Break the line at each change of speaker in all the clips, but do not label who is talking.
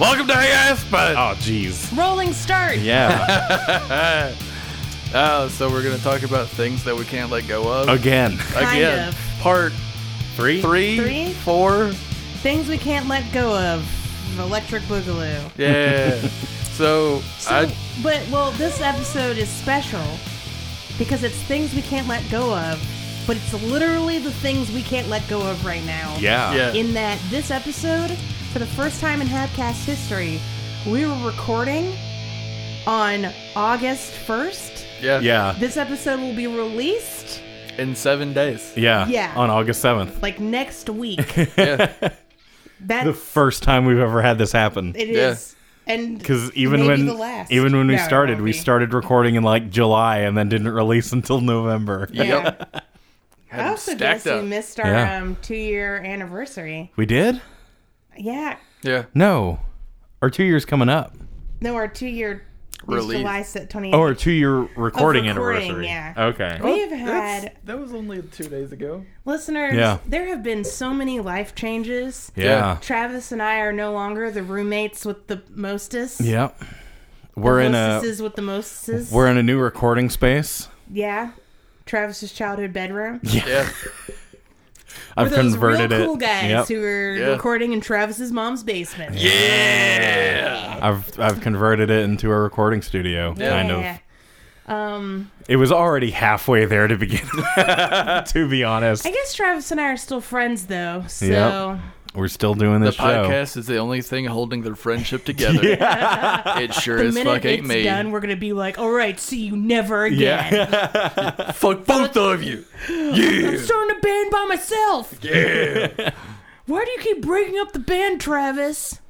Welcome to Hey Aspen.
Oh, jeez.
Rolling start.
Yeah.
Uh, so we're gonna talk about things that we can't let go of
Again.
Kind
again.
of.
Part
Three?
three,
Three?
four.
Things we can't let go of. Electric Boogaloo.
Yeah. so,
So,
I
but well, this episode is special because it's things we can't let go of, but it's literally the things we can't let go of right now.
Yeah.
Yeah.
In that this episode, for the first time in Habcast history, we were recording on August 1st.
yeah
Yeah.
This episode will be released
in seven days.
Yeah.
Yeah.
On August 7th.
like next week.
Yeah.
That
The first time we've ever had this happen.
it
Yeah.
is. And
Because even
maybe
when
the last.
even when we
No, it
started,
won't
we
be.
started recording in like July and then didn't release until November.
Yeah.
Yep. Had
I
them
also
stacked
guess
up.
we missed our
Yeah.
um, two year anniversary.
We did?
Yeah.
Yeah.
No. Our two years coming up.
No, our two year
Release.
July set twenty.
Oh, our two year recording,
recording,
anniversary.
yeah.
Okay.
we have
That's-
had
that was only two days ago.
listeners.
Yeah.
There have been so many life changes.
Yeah.
Travis and I are no longer the roommates with the mostest.
Yep. We're in a
Mostesses with the mostesses.
we're in a new recording space.
yeah. Travis's childhood bedroom.
Yeah.
I've
We're those
converted
real
it.
cool guys
Yep.
who were
Yeah.
recording in Travis's mom's basement. Yeah.
yeah.
I've I've converted it into a recording studio, kind of.
Um,
It was already halfway there to begin with, to be honest.
I guess Travis and I are still friends though. So
Yep. We're still doing
The
this show.
podcast is the only thing holding their friendship together. It sure
the
as
minute
fuck ain't
it's
me.
done, we're gonna be like, "All right, see you never
Yeah.
again."
Fuck both of you.
I'm starting a band by myself. Yeah. Why do you keep breaking up the band, Travis?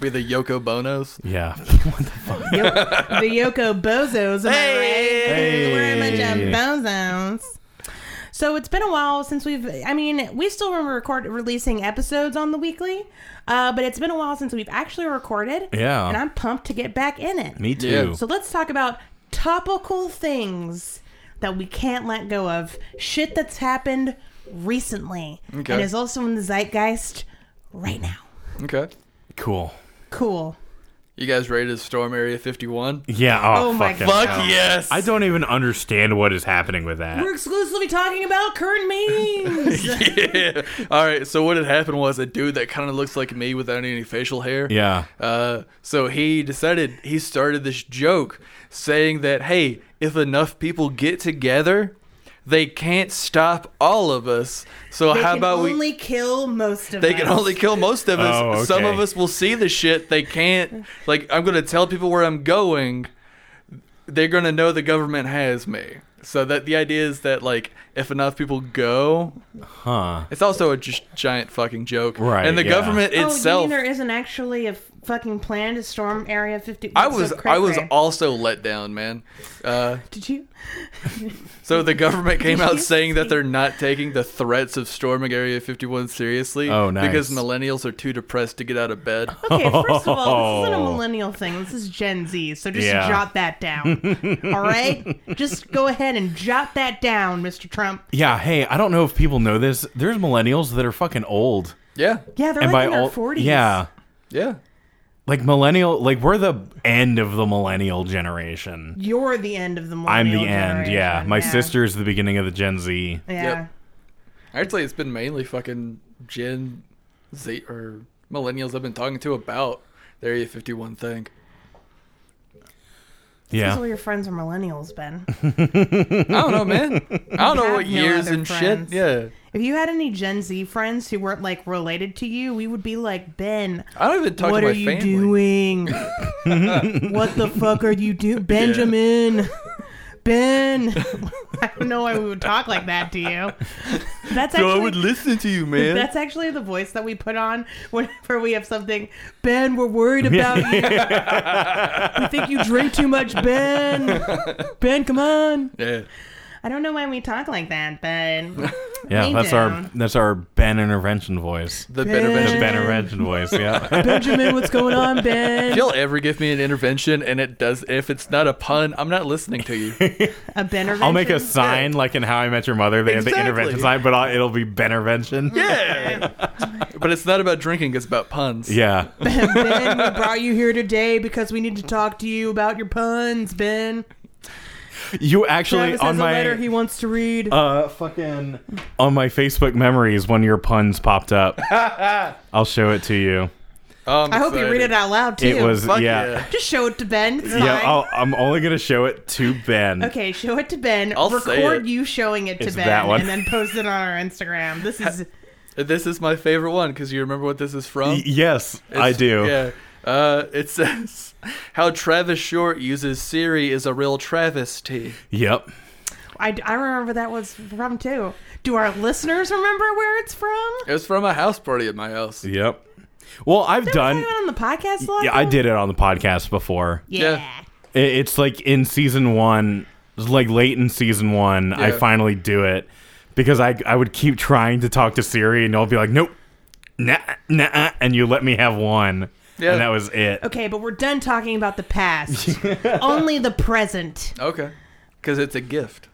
Be the Yoko Bonos.
yeah.
the Yoko Bozos, am
Hey.
I right? We're a bunch of bozos. So it's been a while since we've. I mean, we still remember record releasing episodes on the weekly, uh, but it's been a while since we've actually recorded.
Yeah.
and I'm pumped to get back in it.
Me too.
Yeah.
So let's talk about topical things that we can't let go of. Shit that's happened recently
Okay.
and is also in the zeitgeist right now.
Okay.
Cool.
Cool.
You guys rated Storm Area 51?
Yeah. Oh,
Oh my
fucking
God.
Fuck
hell.
yes.
I don't even understand what is happening with that.
We're exclusively talking about current memes.
yeah. All right. So what had happened was a dude that kind of looks like me without any facial hair.
yeah.
Uh, so he decided he started this joke saying that hey, if enough people get together, they can't stop all of us. So
they
how
can
about we?
only kill most of
They
us.
can only kill most of us.
Oh,
Some
okay.
of us will see the shit. They can't. Like, I'm going to tell people where I'm going. They're going to know the government has me. So that the idea is that like if enough people go,
Huh.
it's also a just giant fucking joke.
Right,
And the
yeah.
government
Oh,
itself.
you mean there isn't actually a fucking plan to storm Area 50?
I was
so
I was
cray-cray.
also let down, man. Uh,
Did you?
so the government came out
you
saying that they're not taking the threats of storming Area 51 seriously
Oh,
because
nice.
millennials are too depressed to get out of bed.
Okay, first of all, this isn't a millennial thing. This is Gen Z. So just
Yeah.
jot that down. all right? Just go ahead and jot that down, Mr. Trump.
Yeah. Hey, I don't know if people know this. There's millennials that are fucking old.
yeah,
Yeah, they're
and
like
by
in their
old,
40s.
yeah.
yeah.
Like millennial, like we're the end of the millennial generation.
You're the end of the
I'm
millennial
the end. Yeah.
generation.
My sister's the beginning of the Gen Z.
Yeah.
Yep. Actually, it's been mainly fucking Gen Z or millennials I've been talking to about the Area 51 thing.
Because all
Yeah.
your friends are millennials, Ben.
I don't know, man. I don't know
have
what
no
years
other
and
friends.
shit. Yeah.
If you had any Gen Z friends who weren't like related to you, we would be like, Ben,
I don't even talk
what
to my
are you
family.
doing? what the fuck are you doing? Benjamin. Ben. I don't know why we would talk like that to you. That's
So I
actually
would listen to you, man.
that's actually the voice that we put on whenever we have something. Ben, we're worried about you. we think you drink too much, Ben. Ben, come on.
yeah.
I don't know why we talk like that, but
Yeah,
we
that's our
do.
that's our Ben intervention voice.
The better
Ben.
The
benefit.
Ben intervention voice. Yeah.
Benjamin, what's going on, Ben?
If you'll ever give me an intervention and it does, if it's not a pun, I'm not listening to you.
A Benner.
I'll make a sign like in How I Met Your Mother. They have the
Exactly.
intervention sign, but I'll, it'll be Benervention.
Yeah. but it's not about drinking, it's about puns.
Yeah.
ben, we brought you here today because we need to talk to you about your puns, Ben.
You actually
Travis
on
has
my
a letter he wants to read.
uh fucking on my Facebook memories one of your puns popped up. I'll show it to you.
Oh, I'm
I hope you
excited.
read it out loud too.
It was
Fuck
yeah.
yeah.
Just show it to Ben. It's
Yeah,
fine.
I'll, I'm only gonna show it to Ben.
Okay, show it to Ben.
I'll say
Record
it.
you showing it to
It's
Ben,
that one.
and then post it on our Instagram. This is
This is my favorite one because you remember what this is from?
Y- yes, I
It's-
do.
Yeah. Uh, it says how Travis Short uses Siri is a real travesty.
Yep.
I, I remember that was from too. Do our listeners remember where it's from?
It was from a house party at my house.
Yep. Well, I've
Talk
done.
about it on the podcast a lot.
Yeah, I
though?
did it on the podcast before.
Yeah.
Yeah.
I- It's like in season one, it's like late in season one, I
Yeah.
finally do it because I I would keep trying to talk to Siri and I'll be like, nope, nah, nah, and you let me have one,
Yeah.
and that was it.
Okay, but we're done talking about the past. Only the present.
Okay. Because it's a gift.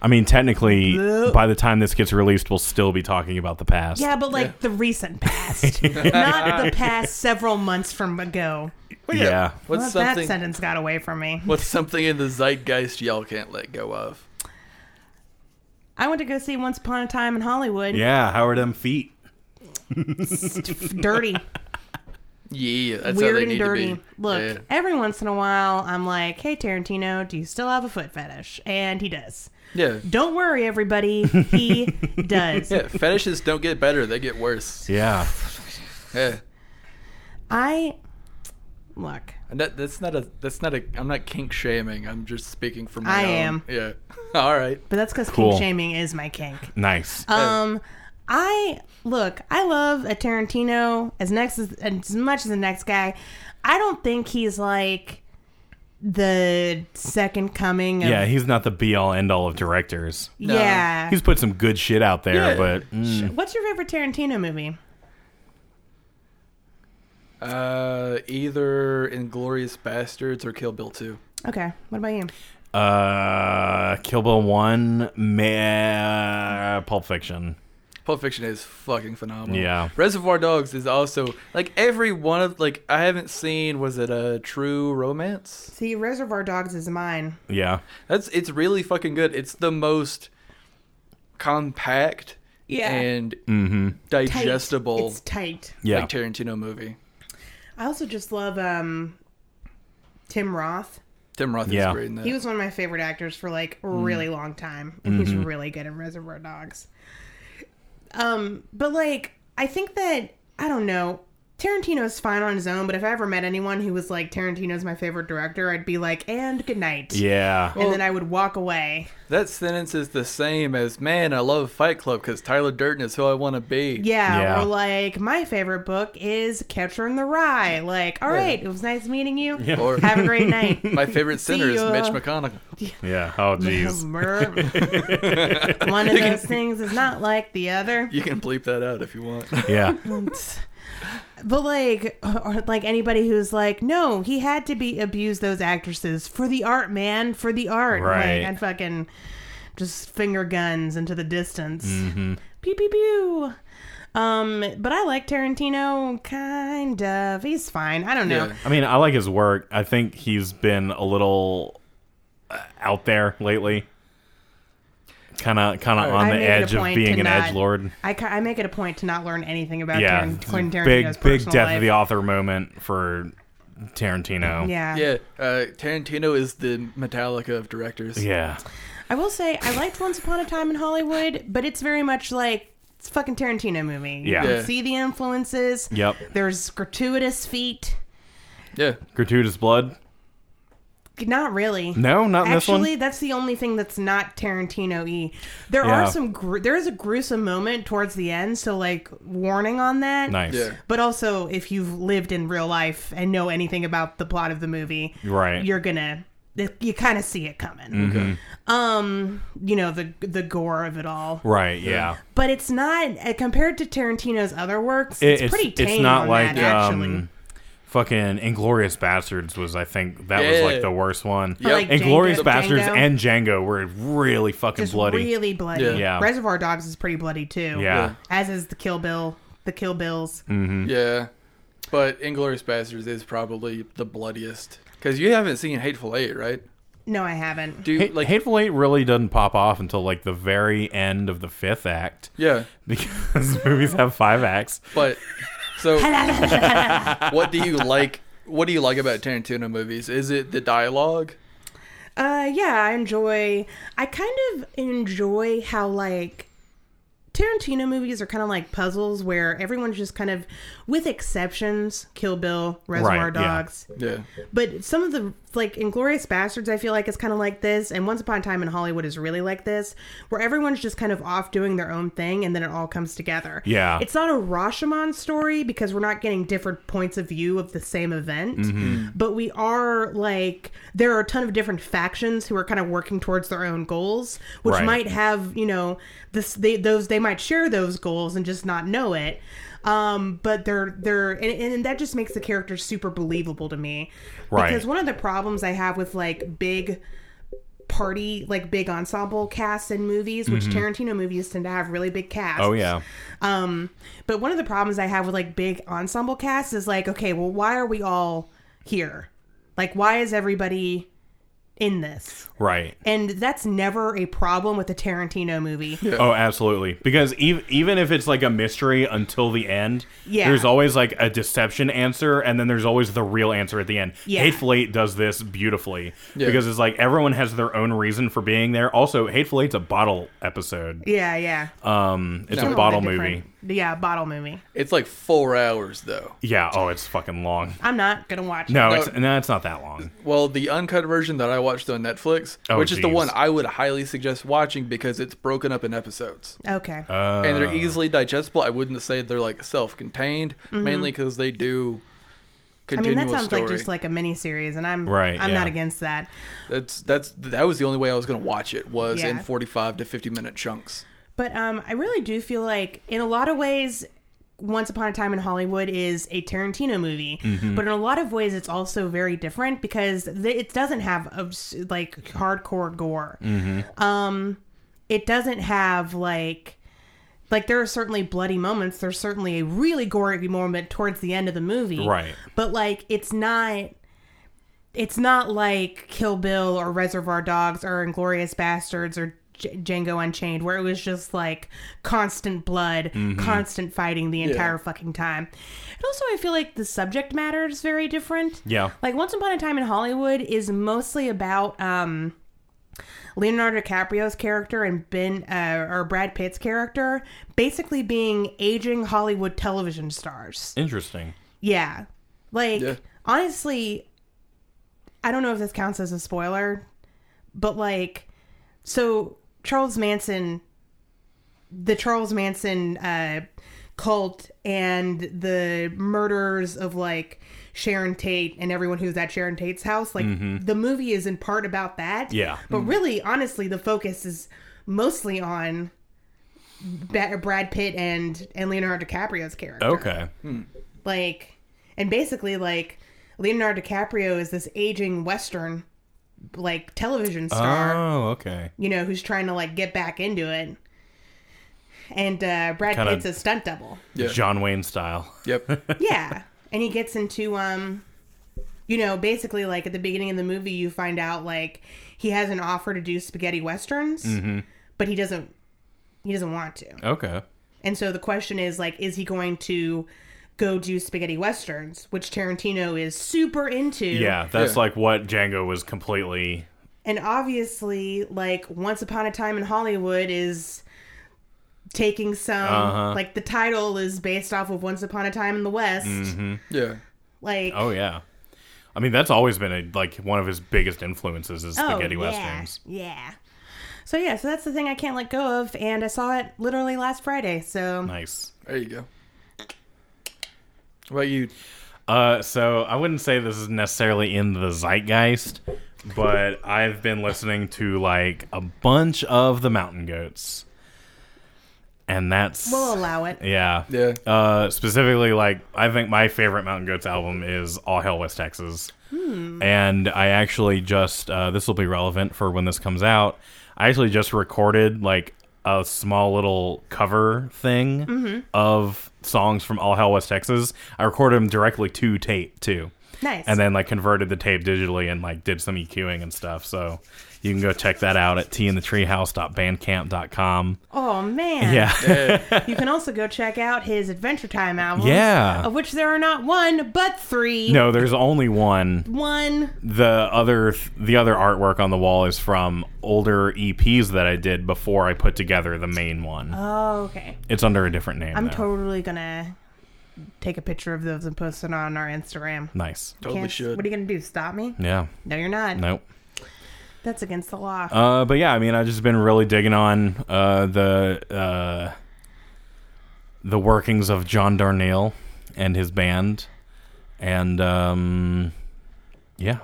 I mean, technically,
Nope.
by the time this gets released, we'll still be talking about the past.
Yeah, but like
Yeah.
the recent past, not the past several months from ago.
yeah.
yeah.
What's
Well, that
something?
sentence got away from me.
What's something in the zeitgeist y'all can't let go of?
I went to go see Once Upon a Time in Hollywood.
Yeah, How are them feet?
Dirty.
Yeah, that's how
weird
they
and
need
dirty.
to be.
Look,
Yeah.
every once in a while, I'm like, "Hey, Tarantino, do you still have a foot fetish?" And he does.
yeah.
Don't worry, everybody, he does.
Yeah, fetishes don't get better; they get worse.
Yeah.
Yeah,
I look.
and that, that's not a that's not a. I'm not kink shaming. I'm just speaking from.
I
My own.
am.
Yeah. All right.
But that's because
Cool.
kink shaming is my kink.
Nice.
Um, I look. I love a Tarantino as next as as much as the next guy. I don't think he's like the second coming. Of,
yeah, he's not the be all end all of directors.
yeah.
He's put some good shit out there,
Yeah.
but mm,
What's your favorite Tarantino movie?
Uh, either Inglorious Bastards or Kill Bill Two.
Okay, what about you?
uh, Kill Bill One, meh, Pulp Fiction.
Pulp Fiction is fucking phenomenal.
Yeah.
Reservoir Dogs is also like every one of like I haven't seen. Was it a True Romance?
See, Reservoir Dogs is mine.
Yeah,
That's it's really fucking good. It's the most compact
Yeah.
and
Tight.
digestible
It's tight.
Mm-hmm. yeah.
like Tarantino movie.
I also just love um, Tim Roth.
Tim Roth
Yeah.
is great in that.
He was one of my favorite actors for like a
Mm.
really long time, and he's
Mm-hmm.
really good in Reservoir Dogs. Um, but like, I think that I don't know. Tarantino's fine on his own, but if I ever met anyone who was like Tarantino's my favorite director, I'd be like, "And good night,"
yeah.
and then I would walk away.
That sentence is the same as "Man, I love Fight Club because Tyler Durden is who I want to be."
Yeah,
Yeah.
or like my favorite book is Catcher in the Rye. Like, all right, it was nice meeting you.
Or
Have a great night.
my favorite sinner is
ya.
Mitch McConnell.
yeah. Oh, jeez.
One of those things is not like the other.
You can bleep that out if you want.
yeah.
But like, or like anybody who's like, no, he had to be abuse those actresses for the art, man, for the art.
Right.
Like, and fucking just finger guns into the distance.
Mm-hmm.
Pew pew pew. Um, but I like Tarantino, kind of. He's fine. I don't know.
Yeah.
I mean, I like his work. I think he's been a little uh, out there lately. Kind of, kind of on
I
the
made it a
edge of
point
being
to
an
not-
edge lord.
I, ca- I make it a point to not learn anything about
Yeah,
Taran- Quentin
big,
Tarantino's
big
personal
death
life.
of the author moment for Tarantino.
yeah.
Yeah, uh, Tarantino is the Metallica of directors.
Yeah.
I will say I liked Once Upon a Time in Hollywood, but it's very much like it's a fucking Tarantino movie.
Yeah.
You
Yeah.
can see the influences.
Yep.
There's gratuitous feet.
yeah.
Gratuitous blood.
Not really.
No, not in this one.
Actually, that's the only thing that's not Tarantino-y. There
Yeah.
are some gru- there is a gruesome moment towards the end, so like warning on that.
Nice.
Yeah.
But also, if you've lived in real life and know anything about the plot of the movie,
Right.
you're gonna it- you kind of see it coming.
Okay.
Mm-hmm.
Um, you know the the gore of it all,
Right. Yeah.
but it's not uh, compared to Tarantino's other works.
It-
it's, pretty tame.
It's not
on
like
that, actually.
um, fucking Inglorious Bastards was. I think that was
Yeah.
like the worst one.
Yep. Like
Inglorious
Django-
Bastards
Django?
and Django were really fucking
just
bloody.
really bloody.
Yeah.
Yeah.
Reservoir Dogs is pretty bloody too.
yeah. Mm.
As is the Kill Bill, the Kill Bills.
Yeah, but Inglorious Bastards is probably the bloodiest because you haven't seen Hateful Eight, right?
No, I haven't.
Do you-
Hate-
like
Hateful Eight really doesn't pop off until like the very end of the fifth act
yeah,
because movies have five acts.
but so what do you like? What do you like about Tarantino movies? Is it the dialogue?
Uh, yeah, I enjoy. I kind of enjoy how like. Tarantino movies are kind of like puzzles where everyone's just kind of, with exceptions, Kill Bill, Reservoir
Right, yeah.
Dogs,
Yeah,
But some of the like Inglorious Bastards, I feel like is kind of like this, and Once Upon a Time in Hollywood is really like this, where everyone's just kind of off doing their own thing, and then it all comes together.
Yeah.
it's not a Rashomon story because we're not getting different points of view of the same event,
Mm-hmm.
but we are like there are a ton of different factions who are kind of working towards their own goals, which
Right.
might have you know this they those they might share those goals and just not know it um but they're they're and, and that just makes the characters super believable to me
Right.
because one of the problems i have with like big party like big ensemble casts in movies which tarantino movies tend to have really big casts
Mm-hmm. Oh yeah.
um, but one of the problems I have with like big ensemble casts is like, okay, well, why are we all here? Like, why is everybody in this?
Right.
And that's never a problem with a Tarantino movie.
Oh, absolutely. Because ev- even if it's like a mystery until the end,
Yeah.
there's always like a deception answer, and then there's always the real answer at the end.
Yeah.
Hateful Eight does this beautifully
Yeah.
because it's like everyone has their own reason for being there. Also, Hateful Eight's a bottle episode.
Yeah, yeah.
Um, it's
No.
a
Totally
bottle movie.
different. Yeah, bottle movie.
it's like four hours though.
Yeah. Oh, it's fucking long.
I'm not gonna watch.
No,
No.
it's no, it's not that long.
Well, the uncut version that I watched on Netflix,
Oh,
which is the
geez.
one I would highly suggest watching because it's broken up in episodes.
it. Okay.
Uh,
and they're easily digestible. I wouldn't say they're like self-contained, mainly because they do
I mean,
continual
Mm-hmm. that sounds
story.
like just like a mini series, and I'm
Right,
I'm
yeah.
not against that.
that's that's that was the only way I was gonna watch it was in
Yeah.
forty-five to fifty-minute chunks.
But um, I really do feel like, in a lot of ways, Once Upon a Time in Hollywood is a Tarantino movie, but in a lot of ways, it's also very different because th- it doesn't have obs- like hardcore gore. Um, it doesn't have like like there are certainly bloody moments. There's certainly a really gory moment towards the end of the movie,
Right.
But like, it's not it's not like Kill Bill or Reservoir Dogs or Inglorious Bastards or J- Django Unchained, where it was just like constant blood, constant fighting the entire fucking time. And also, I feel like the subject matter is very different.
Yeah.
Like Once Upon a Time in Hollywood is mostly about um, Leonardo DiCaprio's character and Ben uh, or Brad Pitt's character basically being aging Hollywood television stars.
Interesting.
Yeah. Like
Yeah.
honestly, I don't know if this counts as a spoiler, but like so Charles Manson the Charles Manson uh cult and the murders of like Sharon Tate and everyone who's at Sharon Tate's house, like the movie is in part about that.
Yeah.
But really, honestly, the focus is mostly on Ba- Brad Pitt and and Leonardo DiCaprio's character
Okay.
like and basically like Leonardo DiCaprio is this aging western like television star,
Oh, okay.
you know, who's trying to like get back into it. And uh Brad
Kinda-
Pitt's a stunt double.
Yeah.
John Wayne style.
Yep.
Yeah. and he gets into um you know, basically like at the beginning of the movie you find out like he has an offer to do spaghetti westerns,
Mm-hmm.
but he doesn't he doesn't want to.
Okay.
And so the question is like, is he going to go do spaghetti westerns, which Tarantino is super into?
Yeah, that's
Yeah.
like what Django was completely.
And obviously, like Once Upon a Time in Hollywood is taking some
Uh-huh.
like the title is based off of Once Upon a Time in the West.
yeah.
Like
Mm-hmm. Oh yeah. I mean, that's always been a, like one of his biggest influences is spaghetti
Oh, yeah,
westerns.
Yeah. So yeah, so that's the thing I can't let go of, and I saw it literally last Friday. So
Nice.
There you go. What about you?
Uh, so I wouldn't say this is necessarily in the zeitgeist, but I've been listening to like a bunch of the Mountain Goats, and that's
We'll allow it.
yeah,
Yeah.
Uh, specifically, like I think my favorite Mountain Goats album is All Hell West Texas, and I actually just uh, this will be relevant for when this comes out. I actually just recorded like a small little cover thing of songs from All Hell West Texas. I recorded them directly to tape too
Nice.
and then like converted the tape digitally and like did some EQing and stuff. So you can go check that out at tinthetreehouse.bandcamp.com.
oh man.
Yeah.
You can also go check out his Adventure Time albums.
Yeah.
Of which there are not one but three.
Oh. no, there's only one.
One.
The other the other artwork on the wall is from older EPs that I did before I put together the main one.
Oh, okay.
it's under a different name.
I'm
though.
totally gonna take a picture of those and post it on our Instagram.
nice.
Totally
Can't-
should.
What are you gonna do? Stop me?
Yeah.
No, you're not.
Nope.
That's against the law.
Uh, but yeah, I mean, I've just been really digging on uh, the uh, the workings of John Darnielle and his band, and um, yeah,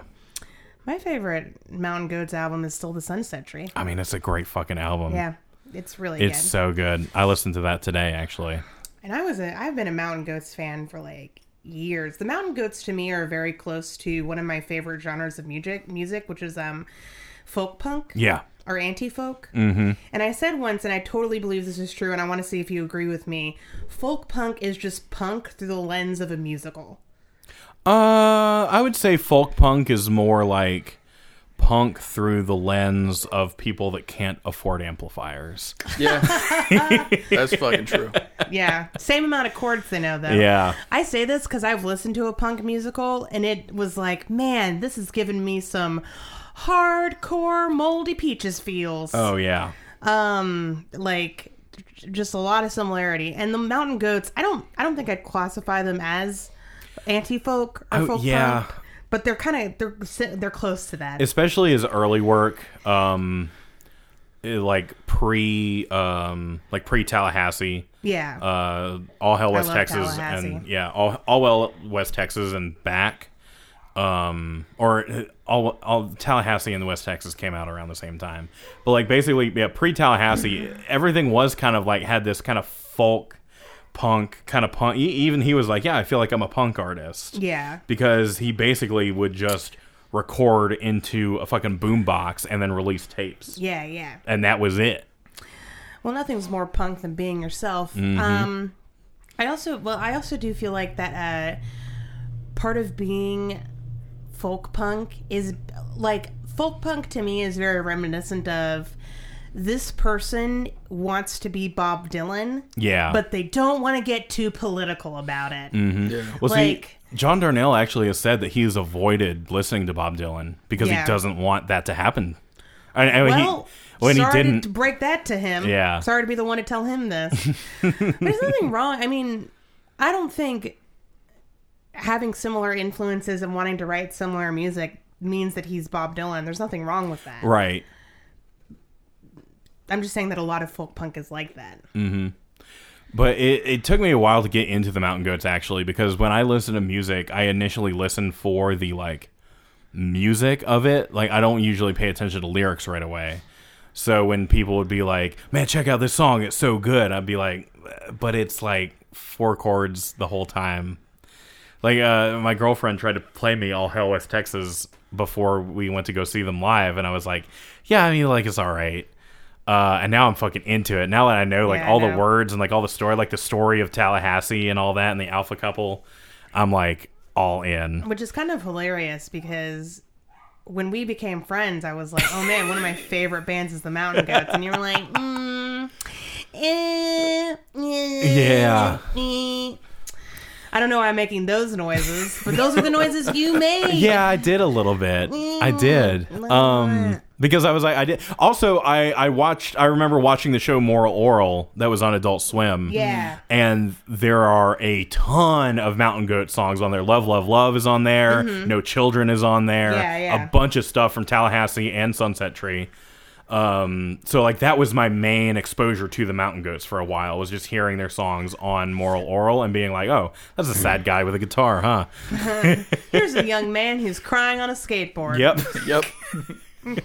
My favorite Mountain Goats album is still The Sunset Tree.
I mean, it's a great fucking album.
Yeah, it's really
Um, it's
good.
so good. I listened to that today, actually.
And I was a I've been a Mountain Goats fan for like years. The Mountain Goats to me are very close to one of my favorite genres of music, music which is um folk punk
Yeah,
or anti-folk. Mm-hmm. And I said once, and I totally believe this is true, and I want to see if you agree with me. Folk punk is just punk through the lens of a musical.
uh, I would say folk punk is more like punk through the lens of people that can't afford amplifiers.
Yeah. That's fucking true.
Yeah, same amount of chords they know though.
Yeah.
I say this because I've listened to a punk musical and it was like, man, this has given me some hardcore moldy peaches feels.
Oh yeah.
Um, like j- just a lot of similarity. And the Mountain Goats, I don't, I don't think I'd classify them as anti folk or
Oh,
folk
yeah.
punk, but they're kind of they're si- they're close to that.
especially his early work um eh, like pre um like pre Tallahassee
yeah,
uh all hell west
love
texas
Tallahassee.
and yeah all all well west texas and back um or eh, all, all Tallahassee and the West Texas came out around the same time but like basically yeah pre Tallahassee everything was kind of like had this kind of folk punk kind of punk e- even he was like yeah I feel like I'm a punk artist
yeah.
because he basically would just record into a fucking boombox and then release tapes,
Yeah, yeah.
and that was it.
Well, nothing's more punk than being yourself.
Mm-hmm.
Um, I also, well, I also do feel like that uh, part of being folk punk is like folk punk to me is very reminiscent of this person wants to be Bob Dylan,
Yeah, Mm-hmm.
but they don't want to get too political about it.
Yeah.
well,
like-
see, John Darnell actually has said that he has avoided listening to Bob Dylan because
Yeah.
he doesn't want that to happen. I, I mean, he-
Well,
when he
sorry
didn't,
to break that to him.
Yeah.
Sorry to be the one to tell him this. There's nothing wrong. I mean, I don't think having similar influences and wanting to write similar music means that he's Bob Dylan. There's nothing wrong with that.
right?
I'm just saying that a lot of folk punk is like that.
But it, it took me a while to get into the Mountain Goats actually, because when I listen to music, I initially listen for the like music of it. Like I don't usually pay attention to lyrics right away. So when people would be like, "Man, check out this song, it's so good," I'd be like, "But it's like four chords the whole time." Like uh, my girlfriend tried to play me "All Hell West Texas" before we went to go see them live, and I was like, "Yeah, I mean, like it's all right." Uh, and now I'm fucking into it. Now that I know like
Yeah, I
all the
know.
words and like all the story, like the story of Tallahassee and all that, and the Alpha couple, I'm like all in.
Which is kind of hilarious because when we became friends, I was like, oh man, one of my favorite bands is the Mountain Goats. And you were like, mm, eh, eh,
Yeah.
eh." I don't know why I'm making those noises, but those are the noises you made.
Yeah, I did a little bit. I did.
Mm,
Um because I was like I did also I I watched I remember watching the show Moral Oral that was on Adult Swim.
Yeah.
And there are a ton of Mountain Goat songs on there. Love Love Love is on there. No Children is on there.
Mm-hmm. Yeah, yeah.
A bunch of stuff from Tallahassee and Sunset Tree. Um, so like that was my main exposure to the Mountain Goats for a while was just hearing their songs on Moral Oral and being like, oh, that's a sad guy with a guitar, huh?
Here's a young man who's crying on a skateboard.
Yep.
Yep.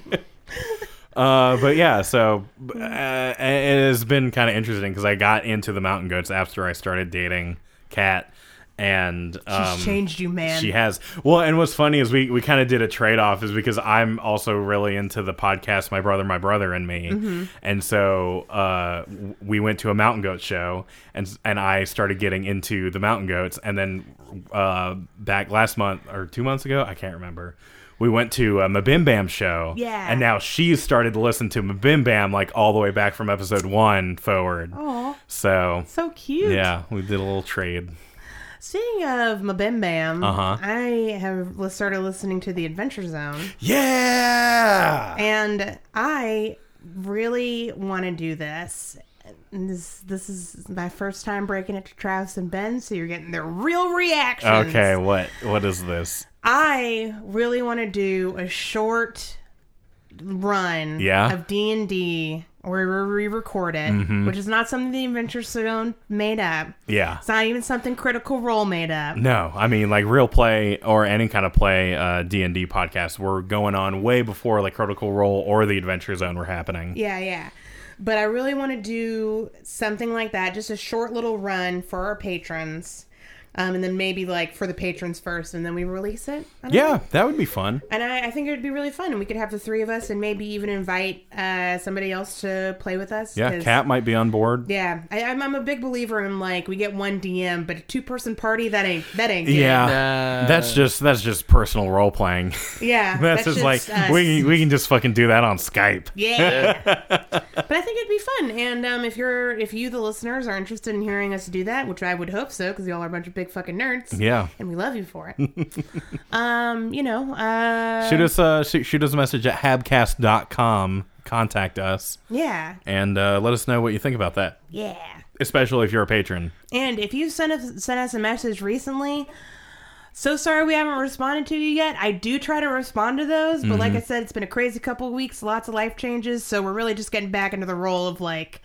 Uh, but yeah, so uh, it has been kind of interesting because I got into the Mountain Goats after I started dating Kat, and
She's
um,
changed you, man.
She has. Well, and what's funny is we, we kind of did a trade off, is because I'm also really into the podcast My Brother, My Brother, and Me.
Mm-hmm.
And so uh, w- we went to a Mountain Goat show, and s- and I started getting into the Mountain Goats. And then uh, back last month or two months ago, I can't remember. We went to a Mabim Bam show,
Yeah.
and now she's started to listen to Mabim Bam like all the way back from episode one forward.
Aw,
So
so cute.
yeah, we did a little trade.
Speaking of Mabim Bam,
Uh-huh.
I have li- started listening to The Adventure Zone,
Yeah,
and I really want to do this. And This this is my first time breaking it to Travis and Ben, so you're getting their real reactions.
Okay, what what is this?
I really want to do a short run
Yeah? Mm-hmm.
of D and D where we re-record it, which is not something the Adventure Zone made up.
Yeah.
It's not even something Critical Role made up.
No, I mean like real play or any kind of play uh D and D podcast were going on way before like Critical Role or the Adventure Zone were happening.
Yeah, yeah. But I really want to do something like that, just a short little run for our patrons. Um, and then maybe like for the patrons first, and then we release it. I don't
Yeah, that would be fun.
And I, I think it would be really fun. And we could have the three of us and maybe even invite uh, somebody else to play with us.
Yeah,
'cause-
Cat might be on board.
Yeah, I, I'm, I'm a big believer in like we get one DM, but a two person party that ain't that ain't good.
Yeah.
Nah.
That's just that's just personal role playing.
yeah.
that's, just like
us.
we we can just fucking do that on Skype.
Yeah. but I think it'd be fun. And um, if you're if you the listeners are interested in hearing us do that, which I would hope so, because y'all are a bunch of big fucking nerds.
Yeah.
And we love you for it. um, you know, uh
Shoot us uh shoot, shoot us a message at habcast.com. Contact us
Yeah.
and uh, let us know what you think about that,
Yeah.
especially if you're a patron.
And if you sent us sent us a message recently, so sorry we haven't responded to you yet. I do try to respond to those, but like I said, it's been a crazy couple of weeks, lots of life changes, so we're really just getting back into the role of like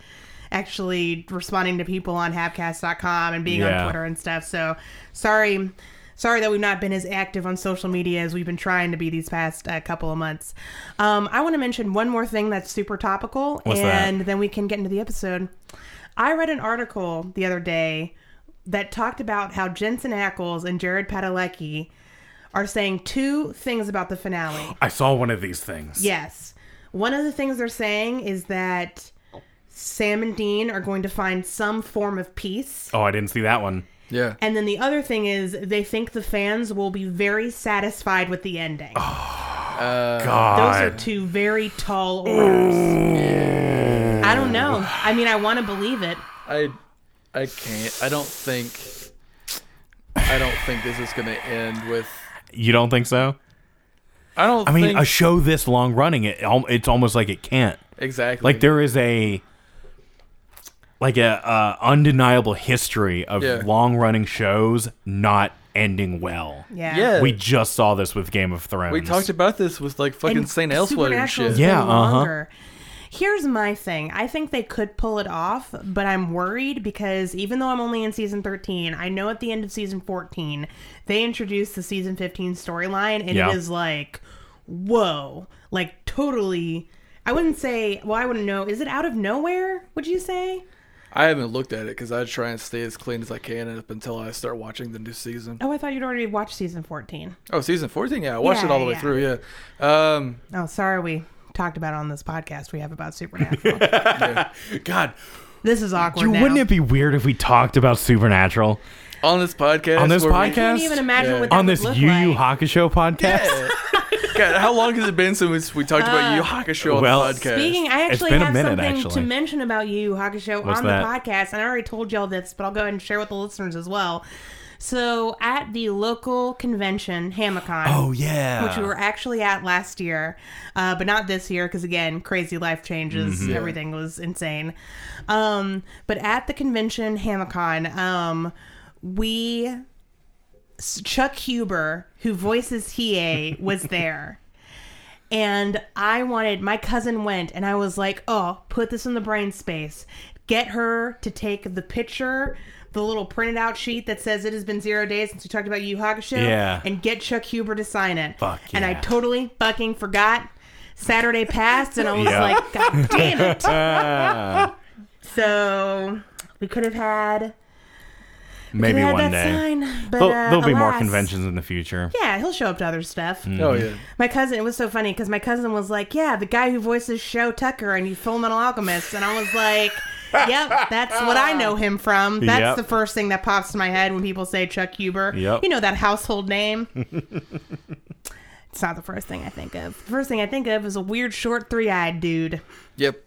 actually responding to people on habcast.com and being
Yeah.
on Twitter and stuff. So sorry sorry that we've not been as active on social media as we've been trying to be these past uh, couple of months. Um, I want to mention one more thing that's super topical
What's that?
and then we can get into the episode. I read an article the other day that talked about how Jensen Ackles and Jared Padalecki are saying two things about the finale.
I saw one of these things.
yes. One of the things they're saying is that Sam and Dean are going to find some form of peace.
Oh, I didn't see that one.
yeah.
And then the other thing is they think the fans will be very satisfied with the ending.
Oh,
Uh,
Those
God.
are two very tall orders. I don't know. I mean, I want to believe it.
I I can't. I don't think I don't think this is going to end with
You don't think so?
I don't
I mean,
think
a show this long running, it al- it's almost like it can't.
exactly.
Like there is a like a uh, undeniable history of
Yeah.
long running shows not ending well.
Yeah.
Yeah.
We just saw this with Game of Thrones.
we talked about this with like fucking
And
St. Elsewhere and
Supernatural's
shit.
Yeah.
been
uh-huh.
longer. Here's my thing. I think they could pull it off, but I'm worried because even though I'm only in season 13, I know at the end of season 14, they introduced the season 15 storyline, and
Yeah.
it is like, whoa, like totally. I wouldn't say, well, I wouldn't know. Is it out of nowhere, would you say?
I haven't looked at it cuz I try and stay as clean as I can up until I start watching the new season.
Oh, I thought you'd already watched season 14.
Oh, season 14. Yeah, I watched it
Yeah,
all the way
yeah.
through. Yeah. Um
Oh, sorry, we talked about it on this podcast we have about Supernatural.
God,
this is awkward.
you
now.
wouldn't it be weird if we talked about Supernatural
on this podcast
On this
where we-
I can't
podcast?
even imagine
Yeah.
what that
on
would
this
look
Yu Yu
like.
Hakusho podcast?
Yeah. God, how long has it been since we talked about Yu Hakusho on
well,
the podcast?
Uh, Speaking, I
It's
actually
been a
have
minute,
something to
actually.
mention about you, Hakusho,
What's
on
that?
the podcast, and I already told y'all this, but I'll go ahead and share with the listeners as well. So, at the local convention, Hamacon,
Oh yeah.
which we were actually at last year, uh, but not this year because again, crazy life changes.
Mm-hmm.
Everything was insane. Um, but at the convention, Hamacon, um, we Chuck Huber, who voices Hiei, was there. And I wanted, my cousin went, and I was like, oh, put this in the brain space. Get her to take the picture, the little printed out sheet that says it has been zero days since we talked about Yu Yu Hakusho,
Yeah.
and get Chuck Huber to sign it.
Fuck
And I
yeah.
totally fucking forgot. Saturday passed, and I was
Yeah.
like, God damn it.
Ah,
So we could have had could
maybe
have had
one
that
day.
sign, but
There'll,
uh,
there'll be more
alas.
conventions in the future.
Yeah, he'll show up to other stuff.
Oh yeah.
My cousin, it was so funny because my cousin was like, "Yeah, the guy who voices Show Tucker and you Full Metal Alchemist," and I was like, "Yep, that's what I know him from. That's
Yep.
the first thing that pops to my head when people say Chuck Huber.
Yep.
You know that household name." it's not the first thing I think of. The first thing I think of is a weird, short, three-eyed dude
Yep.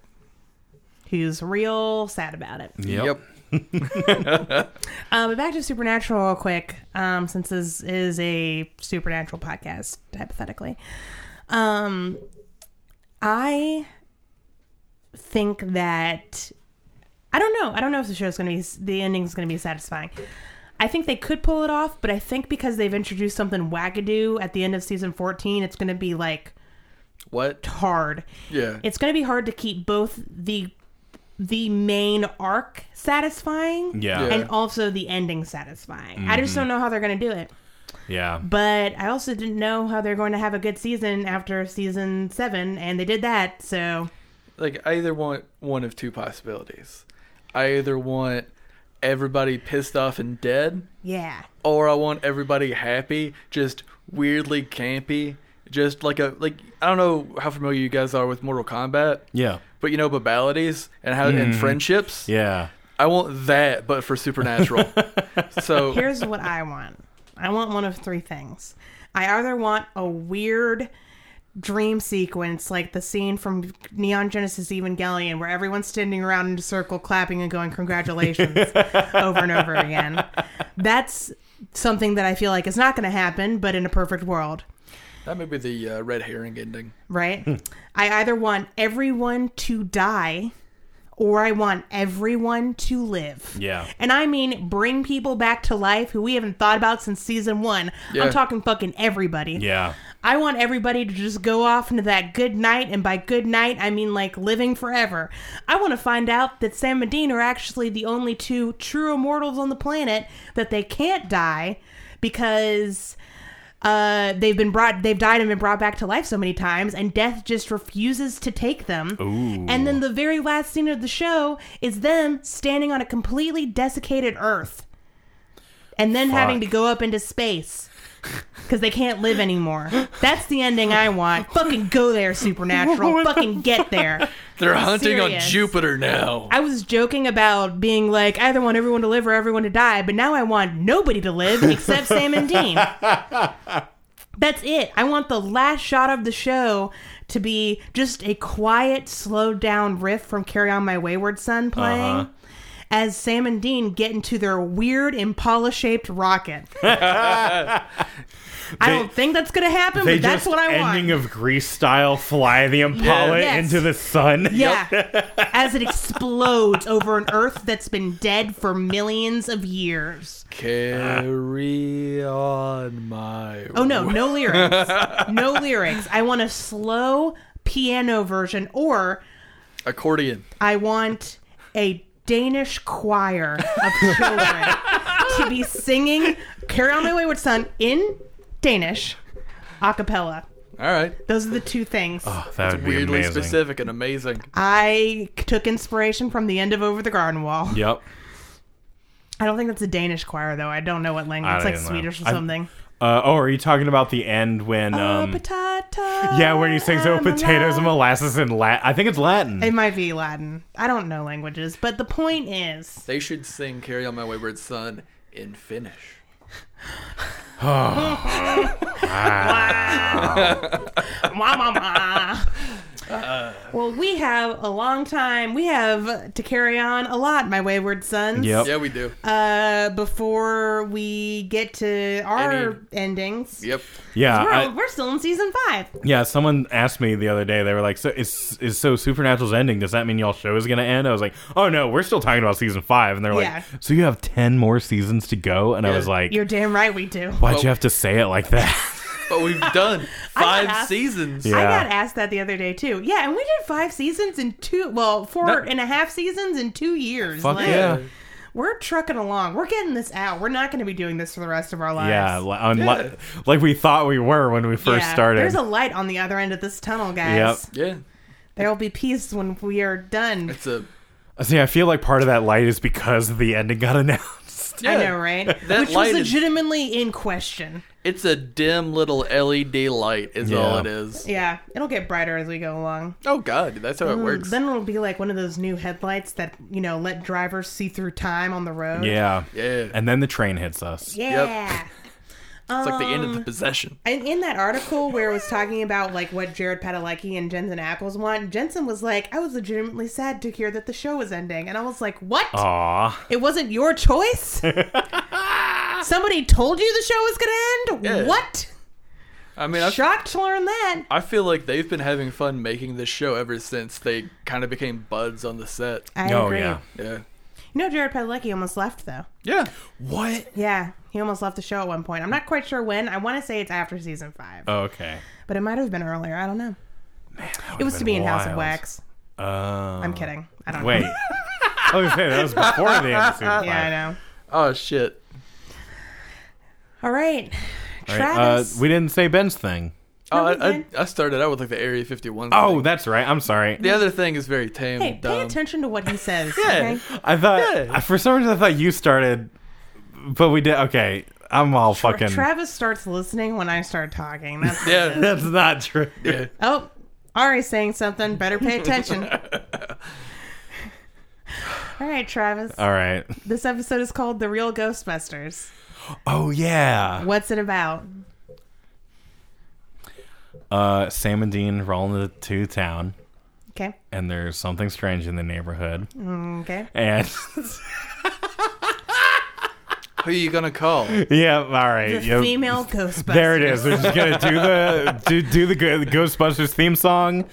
who's real sad about it.
Yep.
Um, but back to supernatural real quick, um, since this is a supernatural podcast, hypothetically. Um, I think that I don't know. I don't know if the show's going to be the ending's going to be satisfying. I think they could pull it off, but I think because they've introduced something wackadoo at the end of season fourteen, it's going to be like
What?
hard
Yeah.
it's going to be hard to keep both the the main arc satisfying
Yeah.
Yeah.
and also the ending satisfying i just don't know how they're going to do it
Yeah.
but i also didn't know how they're going to have a good season after season seven and they did that so
like I either want one of two possibilities. I either want everybody pissed off and dead,
yeah
or I want everybody happy, just weirdly campy, just like a like I don't know how familiar you guys are with Mortal Kombat,
Yeah. Mm-hmm.
but you know babalities and how and friendships.
Yeah.
I want that, but for supernatural. so
here's what i want i want one of three things i either want a weird dream sequence like the scene from neon genesis evangelion where everyone's standing around in a circle clapping and going congratulations over and over again that's something that i feel like is not going to happen but in a perfect world
that may be the uh, red herring ending.
Hmm.
right i either want everyone to die or i want everyone to live
Yeah.
and I mean bring people back to life who we haven't thought about since season one.
Yeah.
I'm talking fucking everybody.
Yeah.
I want everybody to just go off into that good night, and by good night, I mean like living forever. I want to find out that Sam and Dean are actually the only two true immortals on the planet that they can't die because uh, they've been brought, they've died and been brought back to life so many times, and death just refuses to take them.
Ooh.
And then the very last scene of the show is them standing on a completely desiccated Earth, and then having to
Fuck.
go up into space because they can't live anymore. That's the ending I want. Fucking go there, Supernatural. Fucking get there.
They're hunting
serious. Ah.
on Jupiter now.
I was joking about being like, I either want everyone to live or everyone to die, but now I want nobody to live except Sam and Dean. That's it. I want the last shot of the show to be just a quiet, slowed down riff from Carry On My Wayward Son playing.
Uh-huh.
As Sam and Dean get into their weird impala shaped rocket. I don't think that's going to happen,
They
but that's
just
what I want.
ending of Grease style fly the Impala
Yeah. Yes.
into the sun.
Yeah. As it explodes over an Earth that's been dead for millions of years.
Carry on my.
Oh, no, no lyrics. No lyrics. I want a slow piano version, or
accordion.
I want a Danish choir of children to be singing Carry On My Wayward Son in Danish a cappella.
All right.
Those are the two things.
That would be
weirdly
amazing.
specific and amazing.
I took inspiration from the end of Over the Garden Wall.
Yep.
I don't think that's a Danish choir though. I don't know what language.
I
It's like
don't know.
Swedish or
I-
something.
Uh, oh, are you talking about the end when?
Oh,
Um,
potato.
yeah, when he sings "Oh,
I'm
potatoes and
alive."
molasses" in Latin. I think it's Latin.
It might be Latin. I don't know languages, but the point is,
They should sing "Carry On My Wayward Son" in Finnish.
wah, wah, wah. well, we have a long time. We have to carry on a lot, my wayward sons.
Yep.
Yeah, we do.
Uh, before we get to our endings,
Yep.
yeah,
we're,
I-
we're still in season five.
yeah. Someone asked me the other day. They were like, "So is is so Supernatural's ending? Does that mean y'all show is gonna end?" I was like, "Oh no, we're still talking about season five. And they're like,
Yeah.
"So you have ten more seasons to go?" And I
Yeah.
was like,
You're damn right we do.
"Why'd
Well-
you have to say it like that?"
but we've done
I got
five
asked-
seasons.
Yeah.
I got asked that the other day too. Yeah, and we did five seasons in two, well, four and a half
No.
seasons in two years.
Fuck yeah.
We're trucking along. We're getting this out. We're not going to be doing this for the rest of our lives.
Yeah, li-
Yeah.
unli- like we thought we were when we first
Yeah,
started.
There's a light on the other end of this tunnel, guys.
Yeah.
There will be peace when we are done.
It's a
See, I feel like part of that light is because the ending got announced.
yeah.
I know, right?
That
Which was
light is-
legitimately in question.
It's a dim little LED light is all
Yeah.
it is.
Yeah, it'll get brighter as we go along.
Oh god, that's how it works.
Mm, Then it'll be like one of those new headlights that you know let drivers see through time on the road.
Yeah.
Yeah.
And then the train hits us.
Yeah.
It's like the end
Um,
of the possession.
And in that article where it was talking about like what Jared Padalecki and Jensen Ackles want, Jensen was like, "I was legitimately sad to hear that the show was ending," and I was like, "What?
Oh. Aw.
It wasn't your choice? Somebody told you the show was gonna end?
Yeah.
What?
I mean, I,
Shocked to learn that."
I feel like they've been having fun making this show ever since they kind of became buds on the set.
I
oh
agree.
yeah.
Yeah.
You know, Jared Padalecki almost left though.
Yeah.
What?
Yeah, he almost left the show at one point. I'm not quite sure when. I want to say it's after season
Oh.
five,
Okay.
but it might have been earlier. I don't know.
That
It was
would've
to be
been
in House of
wild.
Wax.
Oh.
I'm kidding. I don't
Wait.
know.
I was saying that was before the end of season five.
Yeah, I know.
Oh shit.
All right,
All right, uh,
Travis.
we didn't say Ben's thing.
Oh,
we
I, I,
did.
I started out with like the Area 51.
Oh,
thing.
that's right. I'm sorry.
the other thing is very tame.
Hey,
and
pay
dumb.
attention to what he says.
Yeah.
Okay?
I thought
Yeah.
for some reason I thought you started, but we did. Okay, I'm all fucking.
Travis starts listening when I start talking. That's
Yeah.
that's not true.
yeah.
oh, Ari's saying something. Better pay attention. All right, Travis.
All right.
This episode is called "The Real Ghostbusters."
Oh yeah.
What's it about?
Uh, Sam and Dean roll into town,
Okay.
and there's something strange in the neighborhood,
Okay.
and
Who you gonna call?
yeah. All right.
The
yep.
female Ghostbusters.
There it is. We're just gonna do the do, do the Go- Ghostbusters theme song,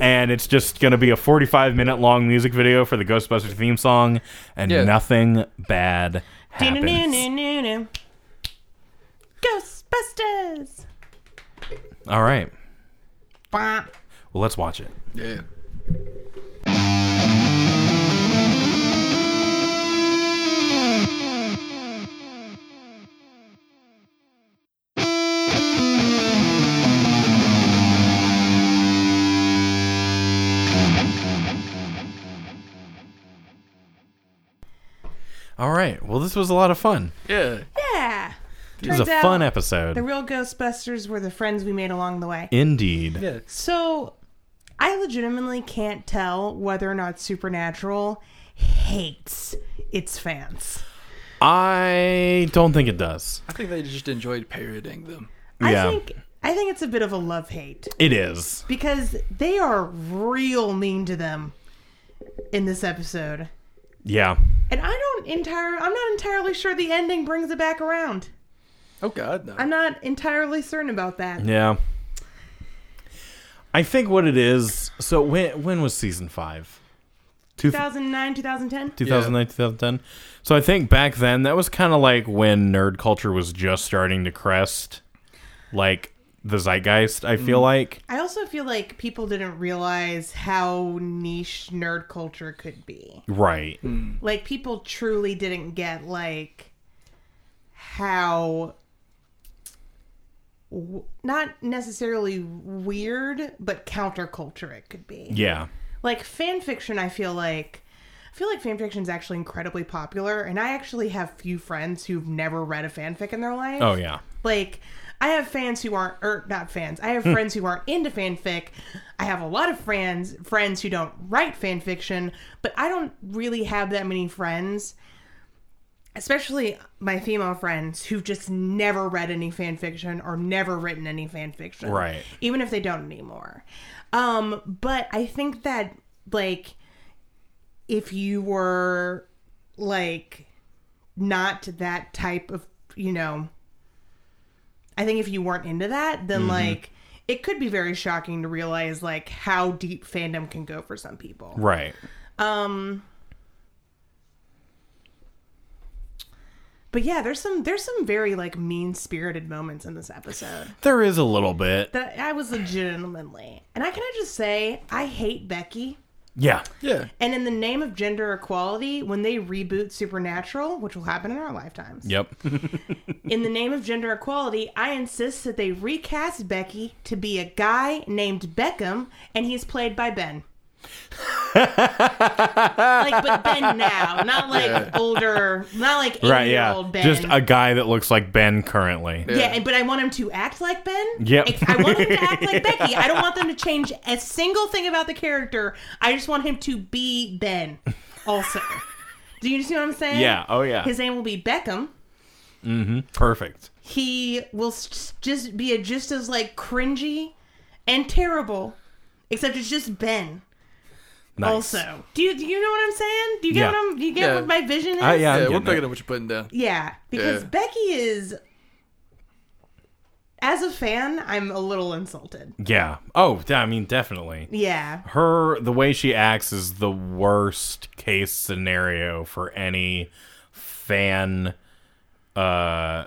and it's just gonna be a forty-five minute long music video for the Ghostbusters theme song, and
Yeah.
nothing bad happens.
Do-do-do-do-do-do. Ghostbusters.
All right,
Bah.
well let's watch it.
Yeah.
All right, well this was a lot of fun.
Yeah.
Yeah.
It was a
Turns out
fun
The
episode,
real Ghostbusters were the friends we made along the way.
indeed.
Yeah.
So, I legitimately can't tell whether or not Supernatural hates its fans.
I don't think it does.
I think they just enjoyed parodying them.
Yeah.
I think I think it's a bit of a love hate
It is.
because they are real mean to them in this episode.
Yeah.
And I don't entire I'm not entirely sure the ending brings it back around.
Oh god, no.
I'm not entirely certain about that.
Yeah. I think what it is. So when when was season five? Two
2009, 2010.
2009 2010 so i think back then that was kind of like when nerd culture was just starting to crest like the zeitgeist i
Mm.
feel like
I also feel like people didn't realize how niche nerd culture could be.
right
Mm. Like people truly didn't get like how w- not necessarily weird, but counterculture it could be.
yeah
Like fan fiction, I feel like I feel like fan fiction is actually incredibly popular, and I actually have few friends who've never read a fanfic in their life.
oh yeah
Like, I have fans who aren't, or not fans. I have friends who aren't into fanfic. I have a lot of friends friends who don't write fan fiction, but I don't really have that many friends, especially my female friends who've just never read any fan fiction or never written any fan fiction,
Right.
Even if they don't anymore. Um, but I think that like if you were like not that type of you know i think if you weren't into that then like it could be very shocking to realize like how deep fandom can go for some people
right
But yeah, there's some there's some very like mean spirited moments in this episode.
There is a little bit.
That I was legitimately, and I can I just say I hate Becky.
Yeah.
Yeah.
And in the name of gender equality, when they reboot Supernatural, which will happen in our lifetimes,
Yep.
in the name of gender equality, I insist that they recast Becky to be a guy named Beckham, and he's played by Ben. like, but Ben now, not like older, not like eighty
right.
year
Yeah.
old Ben.
Just a guy that looks like Ben currently.
yeah, and- but I want him to act like Ben.
Yep.
Like, I want him to act like Becky. I don't want them to change a single thing about the character. I just want him to be Ben. Also, do you see what I'm saying?
Yeah, oh, yeah.
His name will be Beckham.
Perfect.
he will s- just be a, just as like cringy and terrible, except it's just Ben.
Nice. Uh,
Also, do you do you know what I'm saying? Do you get
Yeah.
what I'm? Do you get
Yeah.
what my vision is?
Uh, yeah. I'm
yeah, we're
getting
picking
it.
up what you're putting down.
Yeah, because
Yeah.
Becky is. As a fan, I'm a little insulted.
Yeah. Oh, yeah, I mean, definitely.
Yeah,
Her, the way she acts is the worst case scenario for any fan, uh,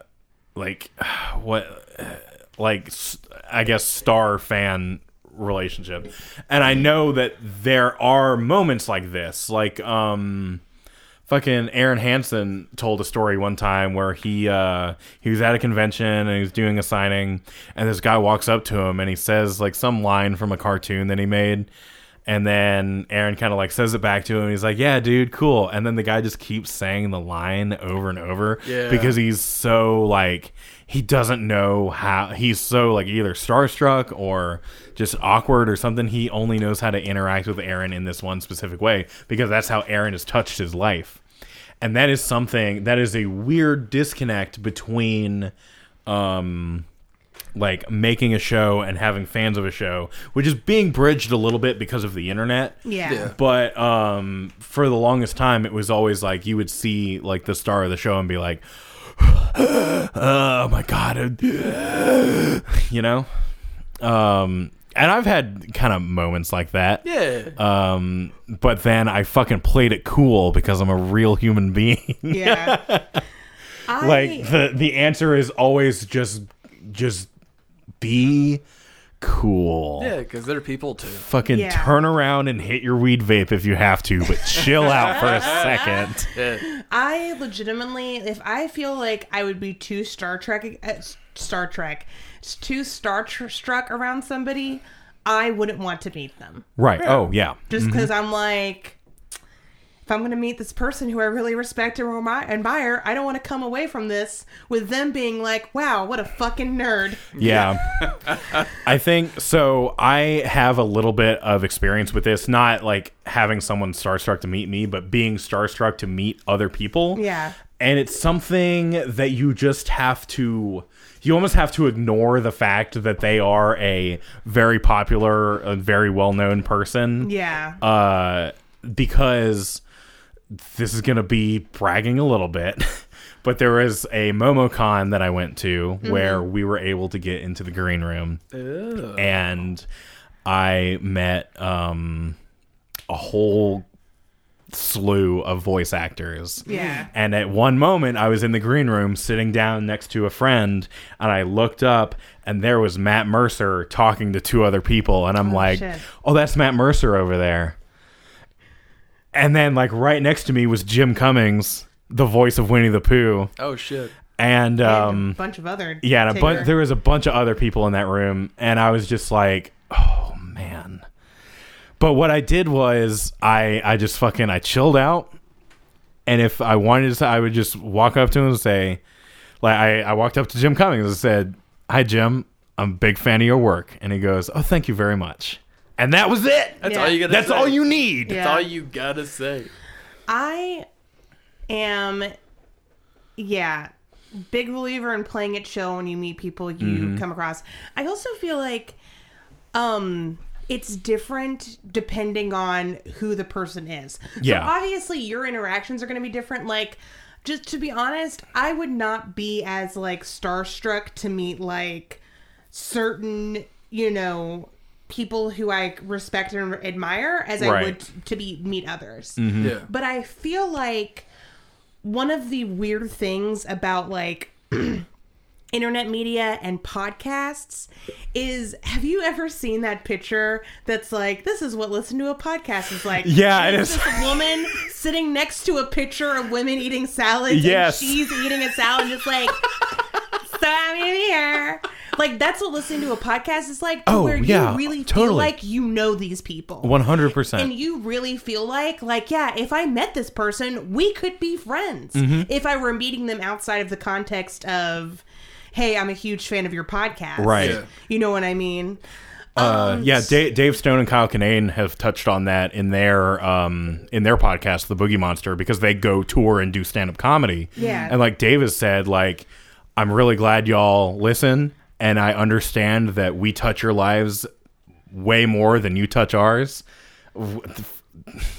like, what, like, s- I guess, star fan relationship. And I know that there are moments like this. Like, um, fucking Aaron Hansen told a story one time where he uh, he was at a convention and he was doing a signing, and this guy walks up to him and he says like some line from a cartoon that he made, and then Aaron kind of like says it back to him. And he's like, "Yeah, dude, cool." And then the guy just keeps saying the line over and over
Yeah.
because he's so like he doesn't know how he's so like either starstruck or just awkward or something he only knows how to interact with aaron in this one specific way because that's how aaron has touched his life and that is something that is a weird disconnect between um like making a show and having fans of a show which is being bridged a little bit because of the internet
yeah,
Yeah.
but um, for the longest time, it was always like you would see like the star of the show and be like, "Oh my god," you know. Um, and I've had kind of moments like that.
Yeah.
Um, but then I fucking played it cool because I'm a real human being.
yeah. I,
like the the answer is always just just be cool.
yeah, because they're people too.
Fucking
Yeah.
turn around and hit your weed vape if you have to, but chill out for a second.
Yeah.
I legitimately, if I feel like I would be too Star Trek, uh, Star Trek, too Star Tr- struck around somebody, I wouldn't want to meet them.
Right. Oh, yeah.
Just because I'm like, if I'm going to meet this person who I really respect and remi- admire, I don't want to come away from this with them being like, "Wow, what a fucking nerd."
Yeah. I think so. I have a little bit of experience with this, not like having someone starstruck to meet me, but being starstruck to meet other people.
Yeah.
And it's something that you just have to, you almost have to ignore the fact that they are a very popular, a very well known person.
Yeah.
uh, because this is going to be bragging a little bit, but there was a MomoCon that I went to where we were able to get into the green room
Ew.
and I met um, a whole slew of voice actors.
Yeah.
And at one moment, I was in the green room sitting down next to a friend, and I looked up, and there was Matt Mercer talking to two other people. And I'm like,
shit.
oh, that's Matt Mercer over there. And then, like, right next to me was Jim Cummings, the voice of Winnie the Pooh.
Oh shit.
And, um,
and a bunch of other
yeah, and a
Tigger.
bun- there was a bunch of other people in that room, and I was just like, oh man. But what I did was I I just fucking I chilled out, and if I wanted to, I would just walk up to him and say, like I I walked up to Jim Cummings and said, "Hi Jim, I'm a big fan of your work," and he goes, "Oh, thank you very much," and that was it.
That's
Yeah.
all you gotta
That's
say.
all you need.
Yeah.
That's all you gotta say.
I am, yeah, big believer in playing it chill when you meet people you
Mm-hmm.
come across. I also feel like, um, it's different depending on who the person is.
Yeah.
So obviously your interactions are going to be different. Like, just to be honest, I would not be as like starstruck to meet like certain, you know, people who I respect and admire as I
Right.
Hmm.
Mm-hmm.
would t- to be meet others
Yeah.
but I feel like one of the weird things about like internet media and podcasts is have you ever seen that picture that's like this is what listen to a podcast is like
Yeah,
and
it
it's
is.
this woman sitting next to a picture of women eating salads
Yes.
and she's eating a salad just like so i'm here like that's what listening to a podcast is like to
Oh,
where
yeah,
you really feel
totally.
like you know these people
One hundred percent.
and you really feel like like yeah if i met this person we could be friends
Mm-hmm.
if i were meeting them outside of the context of hey i'm a huge fan of your podcast
Right.
Yeah.
you know what i mean
Uh, yeah, Dave, Dave Stone and Kyle Kinane have touched on that in their um, in their podcast, The Boogie Monster, because they go tour and do stand up comedy.
Yeah.
and like Dave has said, like I'm really glad y'all listen, and I understand that we touch your lives way more than you touch ours. W-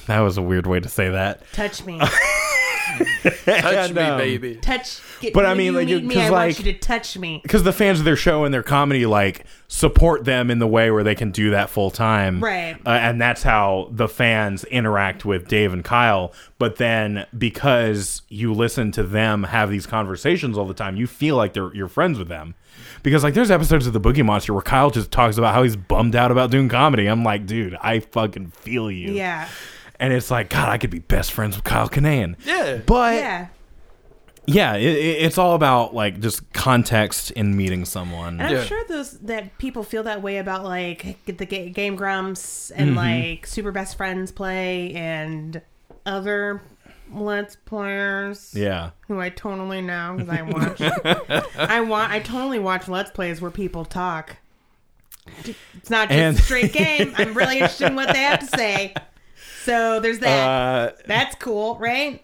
That was a weird way to say that,
touch me
Touch
And,
me,
um,
baby.
touch get,
But I
when
mean,
you
like, you-
meet me
'cause,
i
like-
want you to touch me
because the fans of their show and their comedy like support them in the way where they can do that full time
Right.
uh, and that's how the fans interact with dave and kyle but then because you listen to them have these conversations all the time you feel like they're you're friends with them because like there's episodes of the boogie monster where kyle just talks about how he's bummed out about doing comedy i'm like dude i fucking feel you
yeah
and it's like god i could be best friends with kyle Kinane.
Yeah.
but yeah,
yeah
it, it- it's all about like just context in meeting someone
and i'm
Yeah.
sure those that people feel that way about like the ga- game grumps and
Mm-hmm.
like super best friends play and other let's players
yeah
who I totally know because I watch. I want. I totally watch Let's Plays where people talk. It's not just
And-
a straight game. I'm really interested in what they have to say. So there's that.
Uh,
That's cool, right?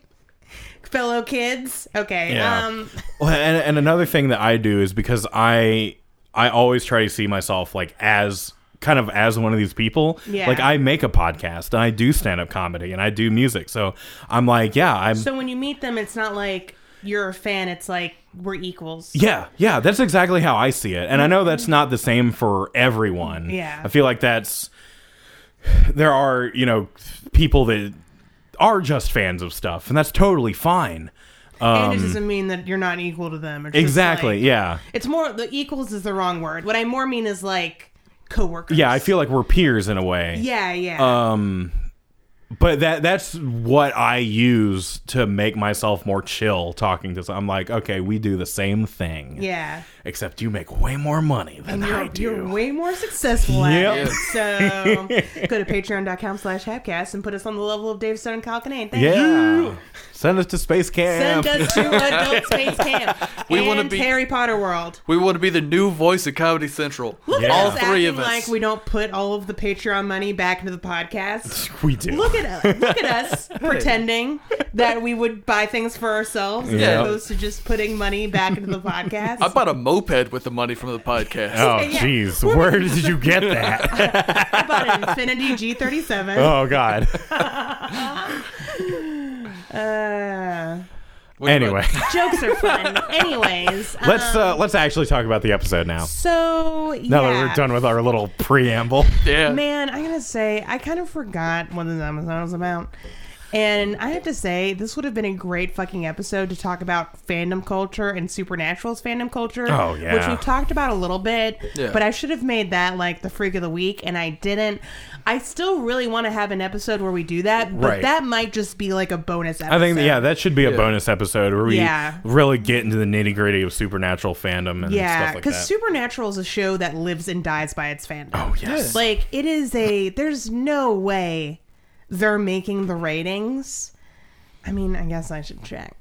Fellow kids. Okay.
Yeah.
Um.
well, and, and another thing that I do is because I I always try to see myself like as kind of as one of these people.
Yeah.
Like I make a podcast and I do stand up comedy and I do music. So I'm like, yeah, I'm
So when you meet them, it's not like you're a fan. It's like we're equals.
yeah, yeah, that's exactly how I see it. And I know that's not the same for everyone.
Yeah.
I feel like that's there are, you know, people that are just fans of stuff and that's totally fine.
and it doesn't mean that you're not equal to them. It's just
Um, Exactly.
like-
yeah.
It's more the equals is the wrong word. What I more mean is like coworkers.
Yeah, Uh, I feel like we're peers in a way.
Yeah. Yeah.
but that that's what I use to make myself more chill talking to. some- I'm like, okay, we do the same thing,
yeah.
except you make way more money than I
you're,
do.
you're way more successful at
Yep.
it. So go to patreon.com slash hapcast and put us on the level of Dave Stone and Kyle Kinane. Thank
yeah,
you.
send us to space camp.
Send us to Adult Space Camp
We wanna
and
be-
Harry Potter World.
We want to be the new voice of Comedy Central.
Look
Yeah.
All
at us
three
acting
of us.
like we don't put all of the Patreon money back into the podcast.
we do.
Look at us! Look at us pretending that we would buy things for ourselves
Yeah.
as opposed to just putting money back into the podcast.
I bought a moped with the money from the podcast.
Oh
Yeah.
jeez, where did you get that?
I bought an Infinity G37.
oh god.
Uh,
Which one?
Anyway,
jokes are fun. Anyways,
let's uh, let's actually talk about the episode now.
So Um, yeah.
Now that we're done with our little preamble,
yeah.
Man, I gotta say, I kind of forgot what the Amazon was about. And I have to say, this would have been a great fucking episode to talk about fandom culture and Supernatural's fandom culture.
Oh, yeah.
Which we've talked about a little bit.
Yeah.
But I should have made that like the freak of the week, and I didn't. I still really want to have an episode where we do that, but
Right.
that might just be like a bonus episode.
I think yeah, that should be a
Yeah.
bonus episode where we
Yeah.
really get into the nitty gritty of supernatural fandom and
Yeah,
stuff like that.
because Supernatural is a show that lives and dies by its fandom.
oh yes,
Like it is a there's no way they're making the ratings. I mean, I guess I should check.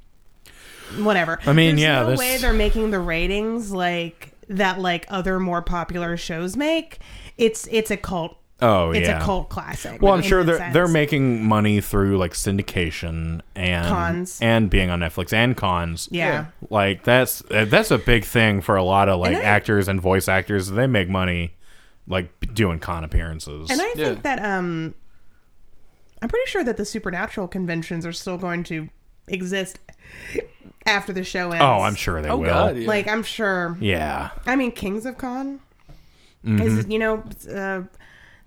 Whatever.
I mean,
there's
yeah,
no
this-
way they're making the ratings like that like other more popular shows make. It's it's a cult.
Oh
It's
yeah.
a cult classic.
Well, I'm
in
sure
that
they're
sense.
they're making money through like syndication and
Cons.
and being on Netflix and cons.
yeah.
Like that's uh, that's a big thing for a lot of like
I-
actors and voice actors. They make money like b- doing con appearances.
And I think
Yeah.
that um I'm pretty sure that the supernatural conventions are still going to exist after the show ends.
oh, I'm sure they
Oh
will.
god. Yeah.
Like I'm sure
yeah.
I mean, Kings of Con
Mm-hmm.
is you know uh,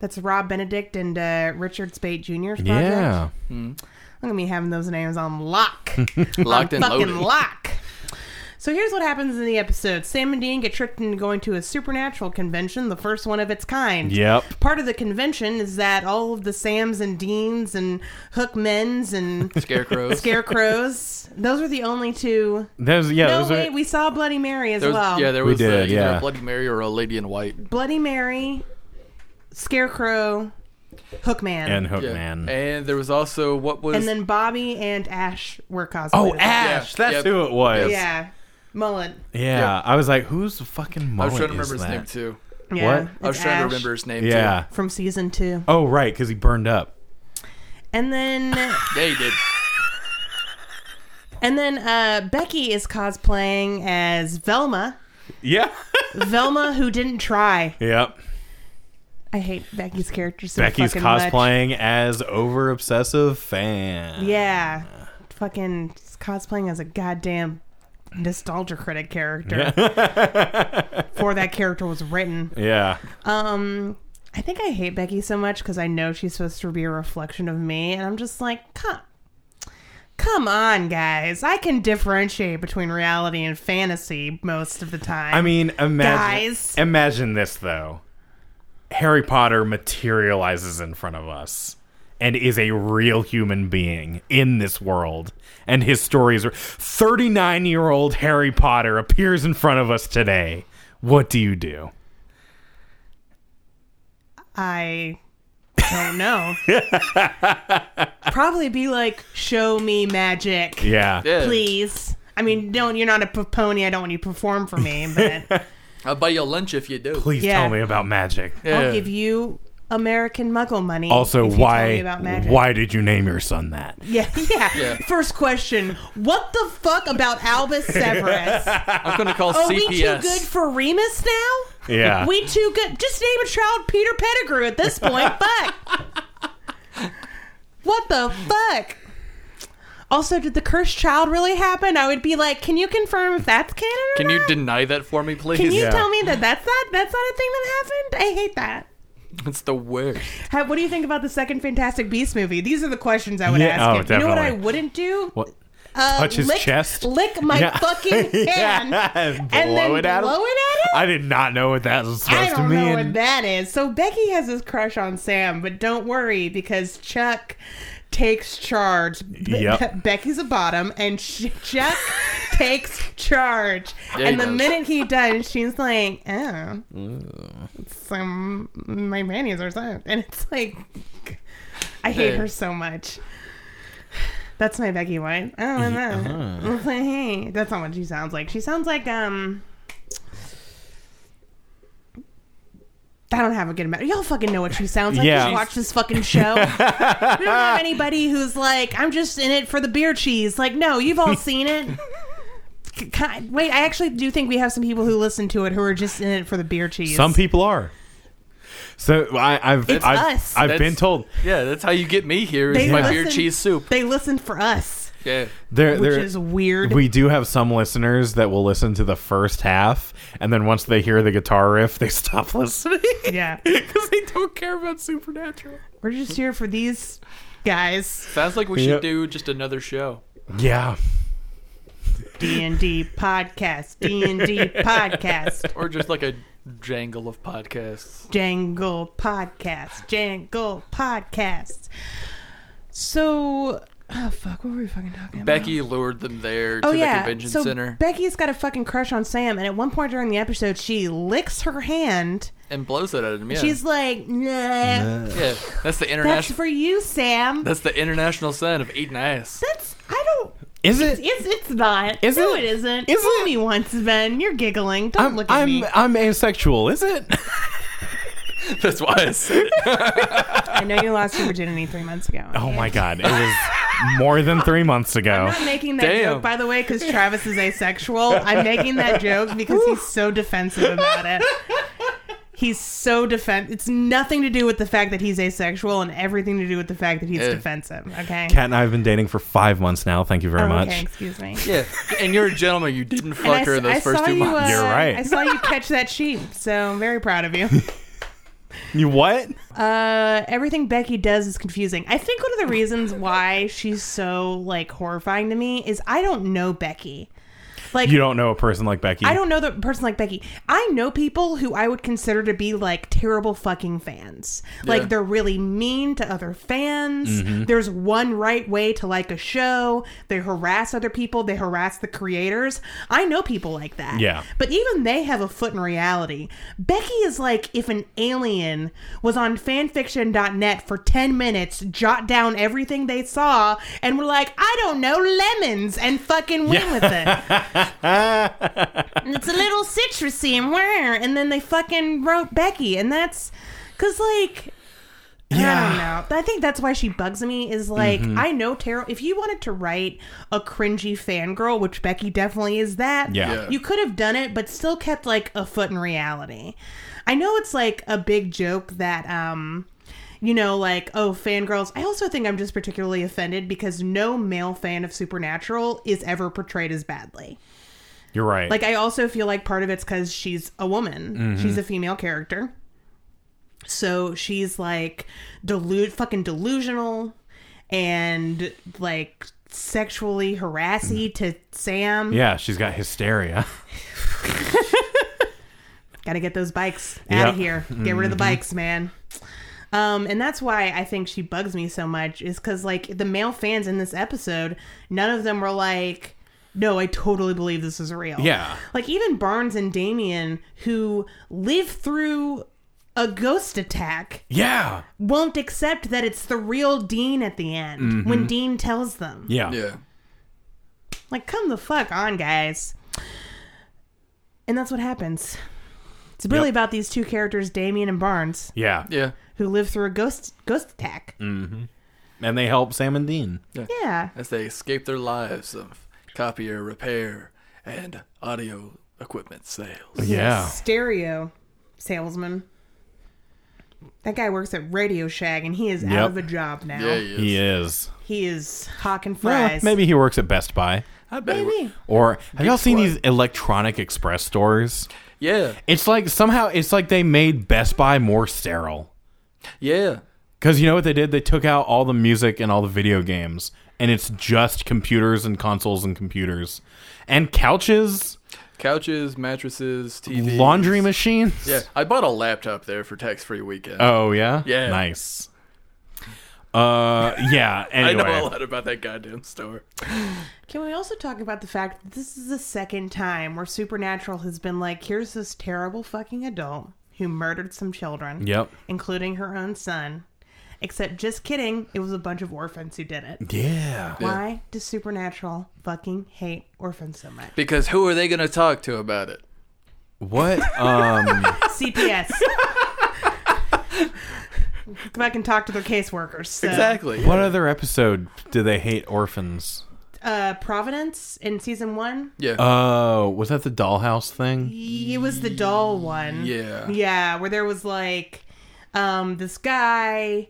that's Rob Benedict and uh, Richard Spate Jr.'s project.
Yeah.
I'm gonna be having those names on lock.
Locked
on
and
fucking
loaded.
lock. So here's what happens in the episode. Sam and Dean get tricked into going to a supernatural convention, the first one of its kind.
Yep.
Part of the convention is that all of the Sams and Deans and Hook Men's and
Scarecrows.
Scarecrows, those are the only two.
There's yeah.
no,
those
wait,
are,
we saw Bloody Mary as
There was,
well.
Yeah, there
We
was
did,
uh, either
yeah.
a Bloody Mary or a Lady in White.
Bloody Mary, Scarecrow, Hookman.
and Hook
Yeah.
Oh, Man.
And there was also what was
And then Bobby and Ash were cosplay.
oh, Ash.
Yeah.
That's
Yep.
who it was. Yeah.
Yeah. Mullet.
I was like, who's the fucking
I
mullet
was trying to
is
remember his name
that?
too.
Yeah,
What?
I was
it's
trying to
Ash
remember his name
Yeah.
From season two.
Oh right, because he burned up.
And then
too. Yeah, he did.
and then uh, Becky is cosplaying as Velma.
Yeah.
Velma who didn't try.
yep.
I hate Becky's character so
Becky's
fucking much.
cosplaying as over obsessive fan.
Yeah. Fucking cosplaying as a goddamn nostalgia critic character. Before that character was written.
Yeah.
Um, I think I hate Becky so much because I know she's supposed to be a reflection of me, and I'm just like, come, come on, guys. I can differentiate between reality and fantasy most of the time.
I mean, imagine
Guys.
imagine this though. Harry Potter materializes in front of us and is a real human being in this world and his story is 39-year-old Harry Potter appears in front of us today. What do you do?
I don't know. Probably be like, show me magic,
Yeah.
Yeah.
please. I mean, don't you're not a p- pony. I don't want you to perform for me, but
I'll buy you lunch if you do.
Please
Yeah.
tell me about magic.
Yeah.
I'll give you American Muggle money.
Also,
if you tell me
why
about magic.
why did you name your son that?
Yeah, yeah,
Yeah.
First question: What the fuck about Albus Severus?
I'm gonna call
Are Oh, we too
CPS.
good for Remus now?
Yeah.
We too good. Just name a child Peter Pettigrew at this point. fuck. What the fuck? Also, did the cursed child really happen? I would be like, can you confirm if that's canon? Or
Can you
not?
deny that for me, please?
Can you
Yeah.
tell me that that's not that's not a thing that happened? I hate that.
It's the worst.
How, what do you think about the second Fantastic Beast movie? These are the questions I would
Yeah,
ask
oh,
him. You know what I
definitely.
wouldn't do?
What?
Uh,
Touch his
lick-
chest?
Lick my
Yeah.
fucking hand.
Yeah,
And
blow
then
it at him?
blow it at him?
I did not know what that was supposed
I
to
don't
mean.
know what that is. So Becky has this crush on Sam, but don't worry because Chuck takes charge. Be-
Yep.
Becky's a bottom, and sh- Chuck takes charge.
Yeah, he
and the
does.
minute he does, she's like, "Oh, some my panties are soaked," and it's like, I hate
Hey.
her so much. That's my Becky White. I don't know.
uh-huh.
It's like, hey, that's not what she sounds like. She sounds like um. I don't have a good memory. Y'all fucking know what she sounds like.
Yeah.
Just watch this fucking show. we don't have anybody who's like, I'm just in it for the beer cheese. Like, no, you've all seen it. C- ki- Wait, I actually do think we have some people who listen to it who are just in it for the beer cheese.
Some people are. So I, I've
It's
I've,
us.
I've been
That's-
told
Yeah, that's how you get me here.
They
Is my
listen-
beer cheese soup.
They listen for us,
Yeah.
there
which
there
is weird.
we do have some listeners that will listen to the first half and then once they hear the guitar riff they stop listening
yeah.
because they don't care about supernatural.
We're just here for these guys.
Sounds like we should
Yep.
do just another show.
Yeah.
D&D podcast. D&D podcast.
Or just like a jangle of podcasts.
Jangle podcast. Jangle podcast. So, oh fuck, what were we fucking talking about?
Becky lured them there to
Oh
the
yeah.
convention
so
center
Becky's got a fucking crush on Sam, and at one point during the episode, she licks her hand.
and blows it at him. Yeah.
She's like, "Nah,
yeah. That's the
that's
international
for you, Sam."
that's the international sign of eating ass.
That's I don't.
Is it
It's it's not.
Is
no,
it?
it isn't.
Is
Fool
it?
me once, Ben. You're giggling. Don't
I'm
look at
I'm,
me.
I'm asexual, is it?
That's why I said it.
I know you lost your virginity three months ago.
Oh my god, it was more than three months ago.
I'm not making that
Oh. Damn.
joke, by the way, because Travis is asexual. I'm making that joke because he's so defensive about it. He's so defensive. It's nothing to do with the fact that he's asexual and everything to do with the fact that he's
Yeah.
defensive. Okay.
Kat and I have been dating for five months now. Thank you very
Oh,
much.
Okay, excuse me.
Yeah. And you're a gentleman. You didn't
And
fuck her
s-
those first
saw
two
you, uh,
months.
You're right.
I saw you catch that sheep, so I'm very proud of you.
You what?
Uh, everything Becky does is confusing. I think one of the reasons why she's so like horrifying to me is I don't know Becky. Like
You don't know a person like Becky.
I don't know the person like Becky. I know people who I would consider to be like terrible fucking fans.
Yeah.
Like they're really mean to other fans.
Mm-hmm.
There's one right way to like a show. They harass other people, they harass the creators. I know people like that.
Yeah.
But even they have a foot in reality. Becky is like if an alien was on fanfiction.net for 10 minutes, jot down everything they saw, and were like, I don't know, lemons, and fucking went with it. And it's a little citrusy and where and then they fucking wrote becky and that's because like i don't know But i think that's why she bugs me is like i know tarot if you wanted to write a cringy fangirl which becky definitely is that
Yeah. Yeah.
you could have done it but still kept like a foot in reality i know it's like a big joke that um you know, like, oh, fangirls. I also think I'm just particularly offended because no male fan of Supernatural is ever portrayed as badly.
You're right.
Like I also feel like part of it's because she's a woman.
Mm-hmm.
She's a female character. So she's like delude fucking delusional and like sexually harassy to Sam.
Mm-hmm. yeah, she's got hysteria.
Gotta get those bikes
Yeah. Mm-hmm.
out of here. Get rid of the bikes, man. Um, and that's why I think she bugs me so much is because like the male fans in this episode, none of them were like, "No, I totally believe this is real."
Yeah.
like even Barnes and Damien, who live through a ghost attack,
Yeah.
won't accept that it's the real Dean at the end when Dean tells them.
Mm-hmm. Yeah.
Yeah.
Like, come the fuck on, guys. And that's what happens. It's really about these two characters, Damien and Barnes,
Yeah.
Yeah.
who live through a ghost ghost attack.
Mm. And they help Sam and Dean.
Yeah.
As they escape their lives of copier repair and audio equipment sales.
Yeah.
Stereo salesman. That guy works at Radio Shack and he is
Yep.
out of a job now.
Yeah, yeah.
He is.
He is hawking
Well,
fries.
maybe he works at Best Buy.
I bet. it
Maybe.
wor-
Or have y'all seen
Big
these electronic express stores?
Yeah.
It's like somehow it's like they made Best Buy more sterile.
Yeah.
Because you know what they did? They took out all the music and all the video games, and it's just computers and consoles and computers, and couches,
Couches, mattresses, TVs.
laundry machines.
Yeah. I bought a laptop there for tax free weekend.
Oh yeah.
Yeah.
Nice. Uh yeah.
I
Anyway.
know a lot about that goddamn store.
Can we also talk about the fact that this is the second time where Supernatural has been like, here's this terrible fucking adult who murdered some children,
Yep.
including her own son. Except, just kidding, it was a bunch of orphans who did it.
Yeah.
Why does Supernatural fucking hate orphans so much?
Because who are they going to talk to about it?
What? Um.
CPS. Come back and talk to their caseworkers. So,
Exactly.
what other episode do they hate orphans?
Uh, Providence in season one,
Yeah.
Oh, was that the dollhouse thing?
it was the doll one.
yeah.
Yeah, where there was like um this guy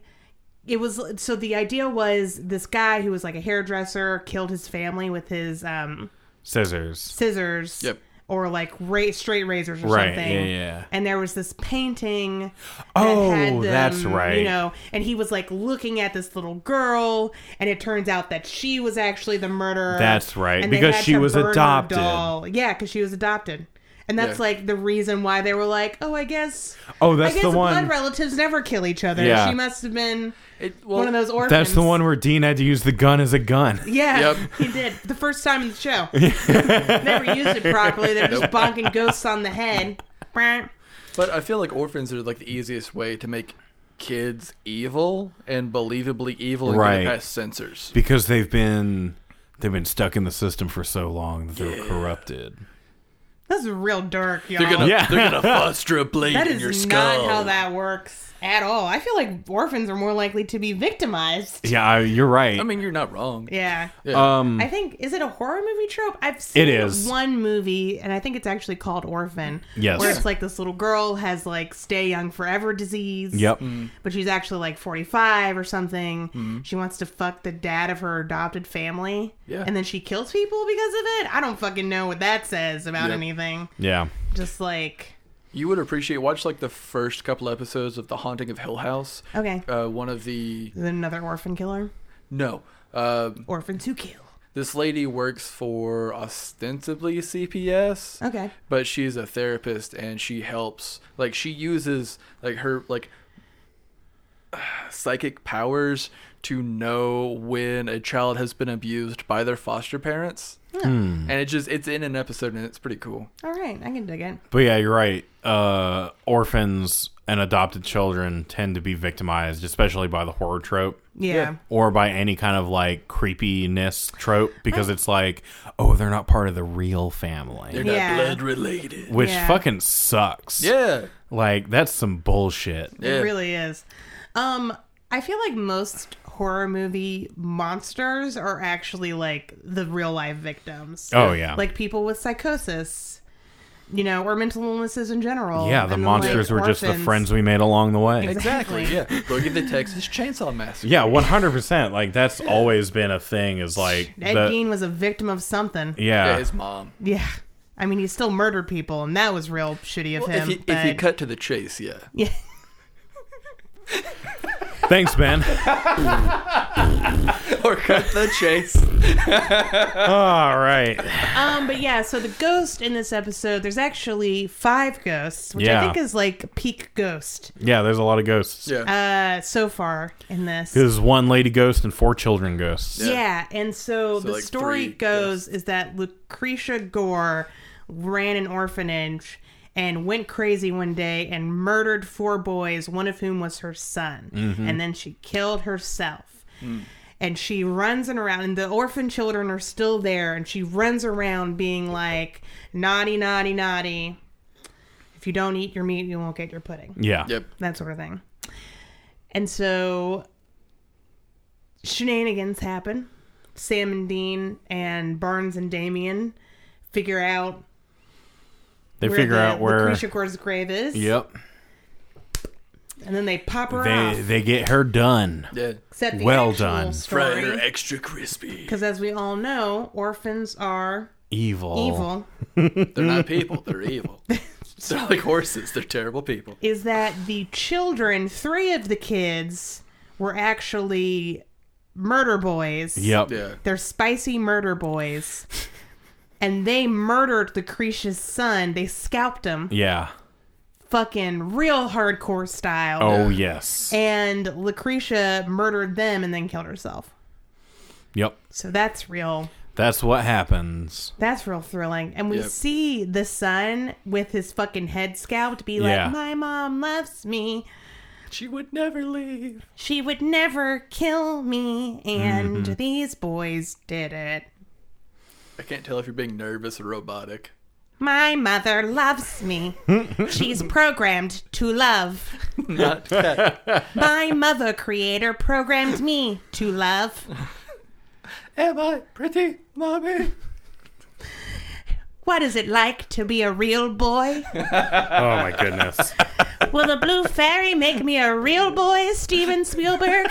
it was so the idea was this guy who was like a hairdresser killed his family with his um
Scissors.
scissors
Yep.
or like ra- straight razors or
Right,
something.
yeah, yeah.
And there was this painting that
Oh,
had them,
that's right.
You know, and he was like looking at this little girl and it turns out that she was actually the murderer.
That's right,
and they
because
had
she
to
was
burn her
adopted.
doll. Yeah, cuz she was adopted. And that's
Yeah.
like the reason why they were like, "Oh, I guess
Oh, that's
I guess
the one.
blood relatives never kill each other.
Yeah.
She must have been
It, well,
one of those orphans.
That's the one where Dean had to use the gun as a gun.
Yeah,
Yep.
he did the first time in the show. never used it properly. They're just bonking ghosts on the head. Brr.
But I feel like orphans are like the easiest way to make kids evil and believably evil and
Right.
get past censors.
Because they've been they've been stuck in the system for so long that they're corrupted.
That's real dark, y'all.
They're gonna,
Yeah.
they're gonna foster a blade
That
in your
is
skull.
not how that works at all. I feel like orphans are more likely to be victimized.
Yeah, I- you're right.
I mean, you're not wrong.
Yeah.
um,
I think is it a horror movie trope? I've seen
It is.
one movie, and I think it's actually called Orphan.
Yes.
where it's like this little girl has like stay young forever disease.
Yep.
but she's actually like forty five or something. She wants to fuck the dad of her adopted family.
Yeah.
and then she kills people because of it. I don't fucking know what that says about
Yep.
anything.
yeah.
Just like
You would appreciate watch like the first couple episodes of The Haunting of Hill House.
Okay.
Uh, one of the
Is it another orphan killer?
no, uh,
Orphans who kill.
this lady works for ostensibly CPS.
Okay.
but she's a therapist and she helps like she uses like her like psychic powers to know when a child has been abused by their foster parents
Hmm.
and it just it's in an episode and it's pretty cool
All right, I can dig it.
But yeah, you're right. Uh, orphans and adopted children tend to be victimized, especially by the horror trope.
Yeah.
Yeah.
or by any kind of like creepiness trope because it's like, oh, they're not part of the real family,
they're not
Yeah.
blood related
which
Yeah.
fucking sucks.
yeah
like that's some bullshit.
yeah
It really is. Um, I feel like most horror movie monsters are actually like the real life victims.
Oh, yeah.
Like people with psychosis, you know, or mental illnesses in general.
yeah, the
and,
monsters
like,
were just the
orphans.
friends we made along the way.
exactly yeah look at the texas chainsaw massacre
Yeah, one hundred percent. Like that's always been a thing. Is like
Ed
the-
Gein was a victim of something.
yeah
yeah,
his mom
Yeah. I mean, he still murdered people, and that was real shitty of
well,
him.
if, you, if
but-
you cut to the chase yeah
yeah.
thanks, Ben.
or cut the chase
All right,
Um, but yeah, so the ghost in this episode, there's actually five ghosts, which
Yeah.
I think is like peak ghost
yeah, there's a lot of ghosts.
yeah
uh, so far in this.
There's one lady ghost and four children ghosts.
Yeah.
Yeah. and so, the
like,
story
three
goes is that Lucretia Gore ran an orphanage and went crazy one day and murdered four boys, one of whom was her son.
Mm-hmm.
And then she killed herself.
Hmm.
And she runs and around, and the orphan children are still there. And she runs around being like, naughty, naughty, naughty. If you don't eat your meat, you won't get your pudding
Yeah,
yep
that sort of thing. And so shenanigans happen. Sam and Dean and Barnes and Damien figure out
they figure
the
out where.
Lucretia Gore's grave is.
Yep,
And then they pop her
they
off.
they get her done.
yeah
Except the
well
well
done.
done.
fry her
story.
extra crispy
Because as we all know, orphans are
Evil.
evil.
They're not people. They're evil. They're like horses. They're terrible people.
Is that the children, three of the kids, were actually murder boys.
Yep.
Yeah.
They're spicy murder boys. And they murdered Lucretia's son. They scalped him,
Yeah.
fucking real hardcore style.
Oh yes.
And Lucretia murdered them and then killed herself.
Yep.
So that's real.
That's what happens.
That's real thrilling. And we
Yep.
see the son with his fucking head scalped be
Yeah.
like, My mom loves me.
She would never leave.
She would never kill me.
Mm-hmm.
And these boys did it.
I can't tell if you're being nervous or robotic.
My mother loves me. She's programmed to love.
Not that.
My mother creator programmed me to love.
Am I pretty, mommy?
What is it like to be a real boy?
Oh my goodness.
Will the blue fairy make me a real boy, Steven Spielberg?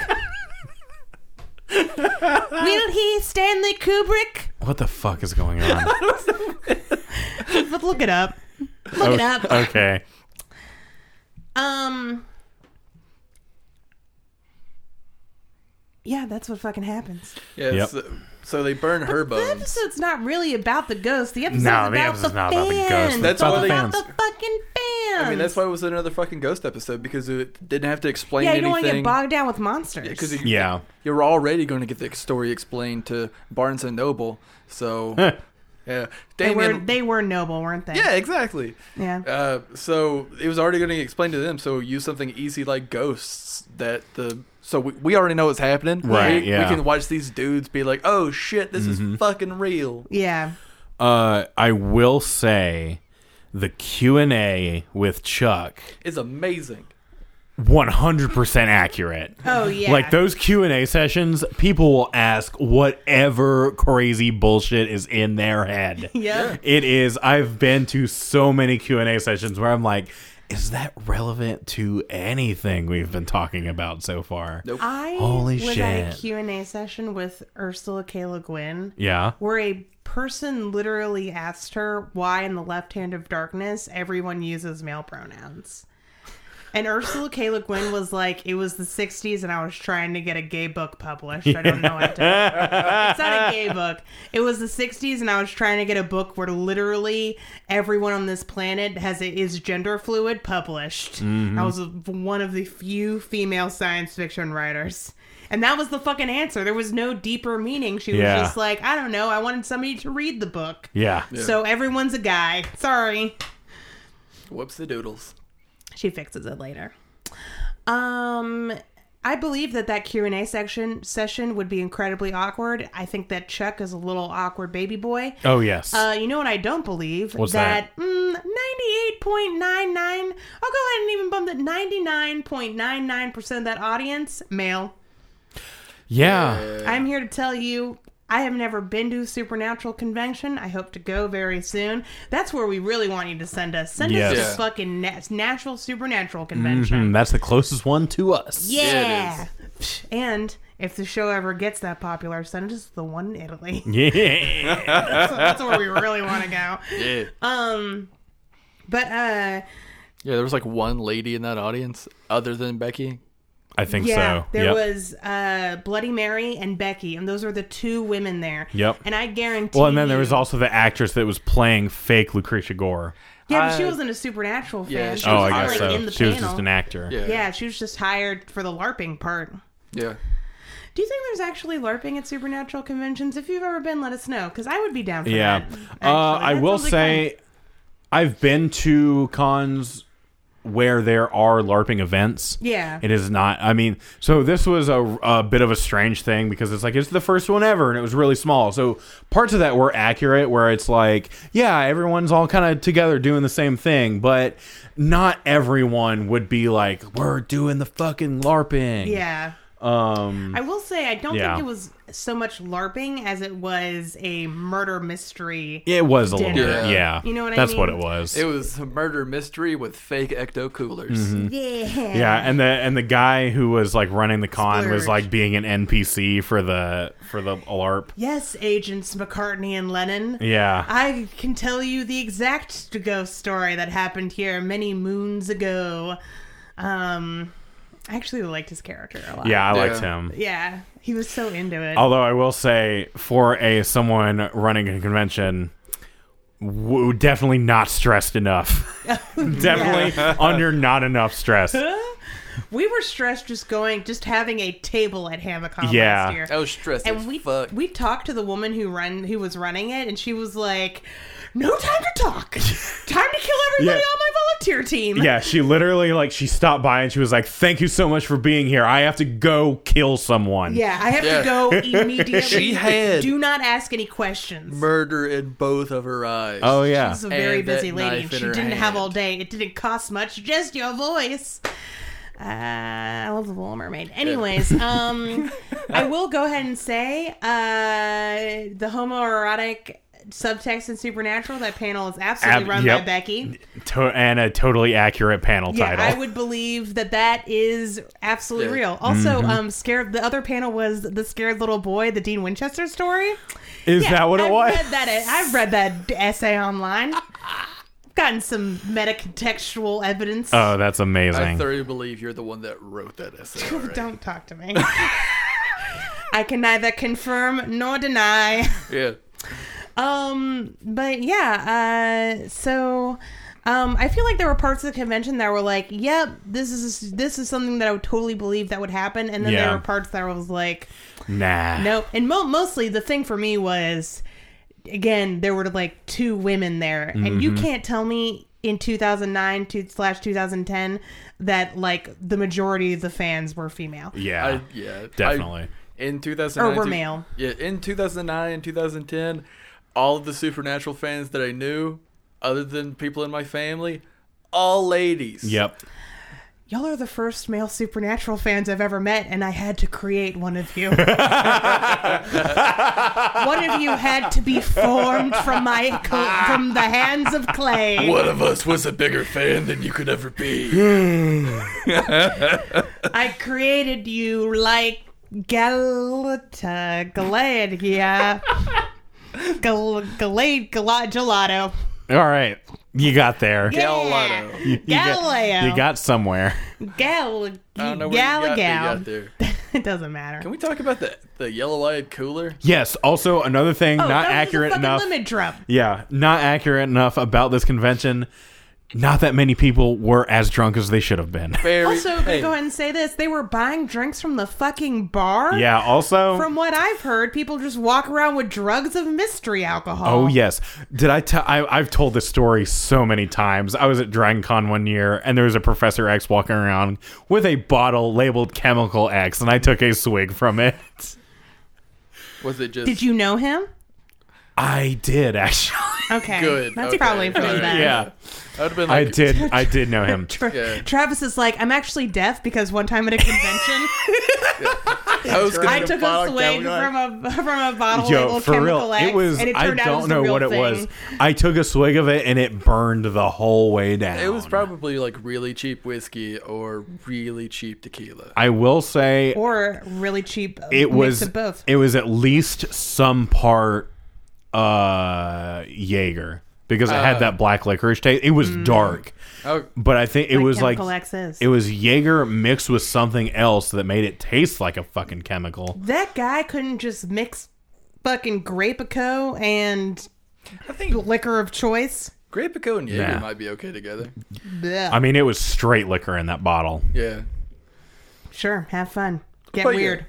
Will he Stanley Kubrick?
what the fuck is going on?
But look it up. Look it up.
okay.
Um Yeah, that's what fucking happens.
Yeah.
Yep.
So, so they burn her
The
bones.
episode's not really about the ghost. The episode's
No,
about
the
the,
episode's not about
fans.
the ghost.
That's
That's
why
about
they-
the fucking fans.
I mean, that's why it was another fucking ghost episode because it didn't have to explain
Yeah, you don't want to
anything.
get bogged down with monsters.
because you,
Yeah.
you're already going to get the story explained to Barnes and Noble. So, yeah,
they were
Damien.
they were noble, weren't they?
yeah, exactly.
Yeah.
Uh, so it was already going to explain to them. So use something easy like ghosts that the so we, we already know what's happening.
Right,
We,
yeah. Mm-hmm.
we can watch these dudes be like, "Oh shit, this is fucking real."
yeah.
Uh, I will say, the Q and A with Chuck,
It's amazing.
one hundred percent accurate.
Oh yeah.
Like those Q and A sessions, people will ask whatever crazy bullshit is in their head.
Yeah.
It is. I've been to so many Q and A sessions where I'm like, is that relevant to anything we've been talking about so far?
Nope.
I
Holy
was at a
shit.
Q and A session with Ursula K. Le Guin,
Yeah.
where a person literally asked her why in the left hand of darkness everyone uses male pronouns. And Ursula K. Le Guin was like, it was the 60s and I was trying to get a gay book published. I don't know what to It's not a gay book. It was the 60s and I was trying to get a book where literally everyone on this planet has a, is gender fluid published.
Mm-hmm.
I was one of the few female science fiction writers. And that was the fucking answer. There was no deeper meaning. She was
Yeah.
just like, I don't know. I wanted somebody to read the book.
Yeah.
So everyone's a guy. Sorry.
Whoops the doodles.
She fixes it later. Um, I believe that that Q and A section session would be incredibly awkward. I think that Chuck is a little awkward baby boy.
Oh yes.
Uh, you know what I don't believe? mm,
What's
ninety-eight point nine nine. I'll go ahead and even bump that ninety-nine point nine nine percent of that audience male.
yeah.
I'm here to tell you. I have never been to a supernatural convention. I hope to go very soon. That's where we really want you to send us. Send us
Yes.
to fucking na- Nashville Supernatural Convention.
Hmm, that's the closest one to us.
Yeah,
Yeah. And if the show ever gets that popular, send us the one in Italy.
Yeah.
that's, that's where we really want to go.
Yeah.
But uh,
yeah, there was like one lady in that audience other than Becky.
I think
yeah,
so.
there
yep.
was uh, Bloody Mary and Becky, and those were the two women there.
Yep.
And I guarantee.
well, and then there was
you-
also the actress that was playing fake Lucretia Gore.
Yeah, but she
I-
wasn't a supernatural fan.
Yeah,
she
she
oh,
was
I
hired,
guess
like,
so.
in the
she
panel.
was just an actor.
Yeah.
yeah, she was just hired for the LARPing part.
Yeah.
Do you think there's actually LARPing at supernatural conventions? If you've ever been, let us know, because I would be down for
Yeah. Uh,
that. actually.
I
That
will
sounds like
say, I've been to cons where there are LARPing events.
Yeah.
It is not. I mean, so this was a, a bit of a strange thing because it's like it's the first one ever, and it was really small. So parts of that were accurate, where it's like, yeah, everyone's all kind of together doing the same thing, but not everyone would be like, we're doing the fucking LARPing.
Yeah.
Um.
I will say I don't
Yeah.
think it was so much LARPing as it was a murder mystery.
It was a little
Dinner.
bit. Yeah.
You know what I
That's what it
mean?
was.
It was a murder mystery with fake ecto coolers.
Mm-hmm.
Yeah.
Yeah, and the and the guy who was like running the con was
Splurge.
like being an NPC for the for the LARP.
Yes, agents McCartney and Lennon.
Yeah.
I can tell you the exact ghost story that happened here many moons ago. Um, I actually liked his character a lot.
yeah, I liked
Yeah.
him.
Yeah. He was so into it.
Although I will say, for a someone running a convention, w- definitely not stressed enough. definitely under not enough stress.
We were stressed just going, just having a table at HammerCon
Yeah.
last year.
That was stressed as
and we
fuck.
we talked to the woman who run who was running it, and she was like, "No time to talk. time to kill everybody
Yeah.
on my volunteer team."
Yeah, she literally like she stopped by and she was like, "Thank you so much for being here. I have to go kill someone."
Yeah, I have
Yeah.
to go immediately.
She had-
Do not ask any questions.
Murder in both of her eyes.
Oh yeah.
She's a very
And that
busy lady. and
knife
She
in her
didn't have
hand.
all day. It didn't cost much. Just your voice. Uh, I love the Little Mermaid. Anyways, um, I will go ahead and say uh, the homoerotic subtext in Supernatural. That panel is absolutely
Ab-
run
yep.
by Becky.
To- and a totally accurate panel
Yeah,
title.
I would believe that that is absolutely
Yeah.
real. Also,
Mm-hmm.
um, scared. The other panel was the scared little boy, the Dean Winchester story.
Is
Yeah,
that what it
I've
was?
Read that, I've read that essay online. Gotten some metacontextual evidence.
Oh, that's
I
amazing.
thoroughly believe you're the one that wrote that essay. already.
Don't talk to me. I can neither confirm nor deny.
Yeah.
Um, but yeah, uh, so um, I feel like there were parts of the convention that were like, "Yep, this is this is something that I would totally believe that would happen," and then
Yeah.
there were parts that was like,
nah.
"Nope." And mo- mostly the thing for me was, again, there were like two women there, and you can't tell me in 2009 to slash 2010 that like the majority of the fans were female.
Yeah.
I, yeah.
Definitely.
I- in 2009.
Or were
two-
male.
Yeah. In 2009 and 2010, all of the Supernatural fans that I knew, other than people in my family, all ladies.
yep.
Y'all are the first male supernatural fans I've ever met, and I had to create one of you. one of you had to be formed from my cl- from the hands of clay.
One of us was a bigger fan than you could ever be.
I created you like Galata Galad, yeah. Gal- Galade Gala Gelato.
All right, you got there.
Yeah.
Galileo.
You got-
Galileo.
you got somewhere.
Gal.
I don't know
Gal.
where you got, you
Gal.
got there.
It doesn't matter.
Can we talk about the the yellow eyed cooler?
Yes. Also, another thing
Oh,
not
that was just a
accurate
fucking
enough.
Lemon drop.
Yeah, not accurate enough about this convention. Not that many people were as drunk as they should have been.
Very,
Also, I'm gonna
hey,
go ahead and say this: they were buying drinks from the fucking bar.
Yeah. Also.
From what I've heard, people just walk around with drugs of mystery alcohol.
Oh yes. Did I tell? I, I've told this story so many times. I was at Dragon Con one year, and there was a Professor X walking around with a bottle labeled Chemical X, and I took a swig from it.
was it just
Did you know him?
I did actually.
Okay.
Good.
That's
Okay.
probably for the
Alright.
best.
Yeah,
I would have been
I
like,
did. I did know him.
Tra-
Yeah.
Travis is like, I'm actually deaf because one time at a convention,
I was gonna
I
get
took a
bottled down,
swig
like,
from a from a bottle
Yo,
labeled
for
Oh, Chemical
real,
X,
it was.
and it
I
turned out it was
don't
the
know
real
what it
thing.
was. I took a swig of it, and it burned the whole way down.
It was probably like really cheap whiskey or really cheap tequila.
I will say
Or really cheap. uh,
it
mix
was.
of both.
It was at least some part uh Jaeger because it had that black licorice taste. It was dark,
Uh. Oh,
but I think it was like
Mm. Chemical X is.
it was Jaeger mixed with something else that made it taste like a fucking chemical.
that guy couldn't just mix fucking Grapeco and
I think
liquor of choice.
Grapeco and Jaeger
Nah.
might be okay together.
Blech.
I mean, it was straight liquor in that bottle.
Yeah,
Sure, have fun. Get
But yeah.
weird.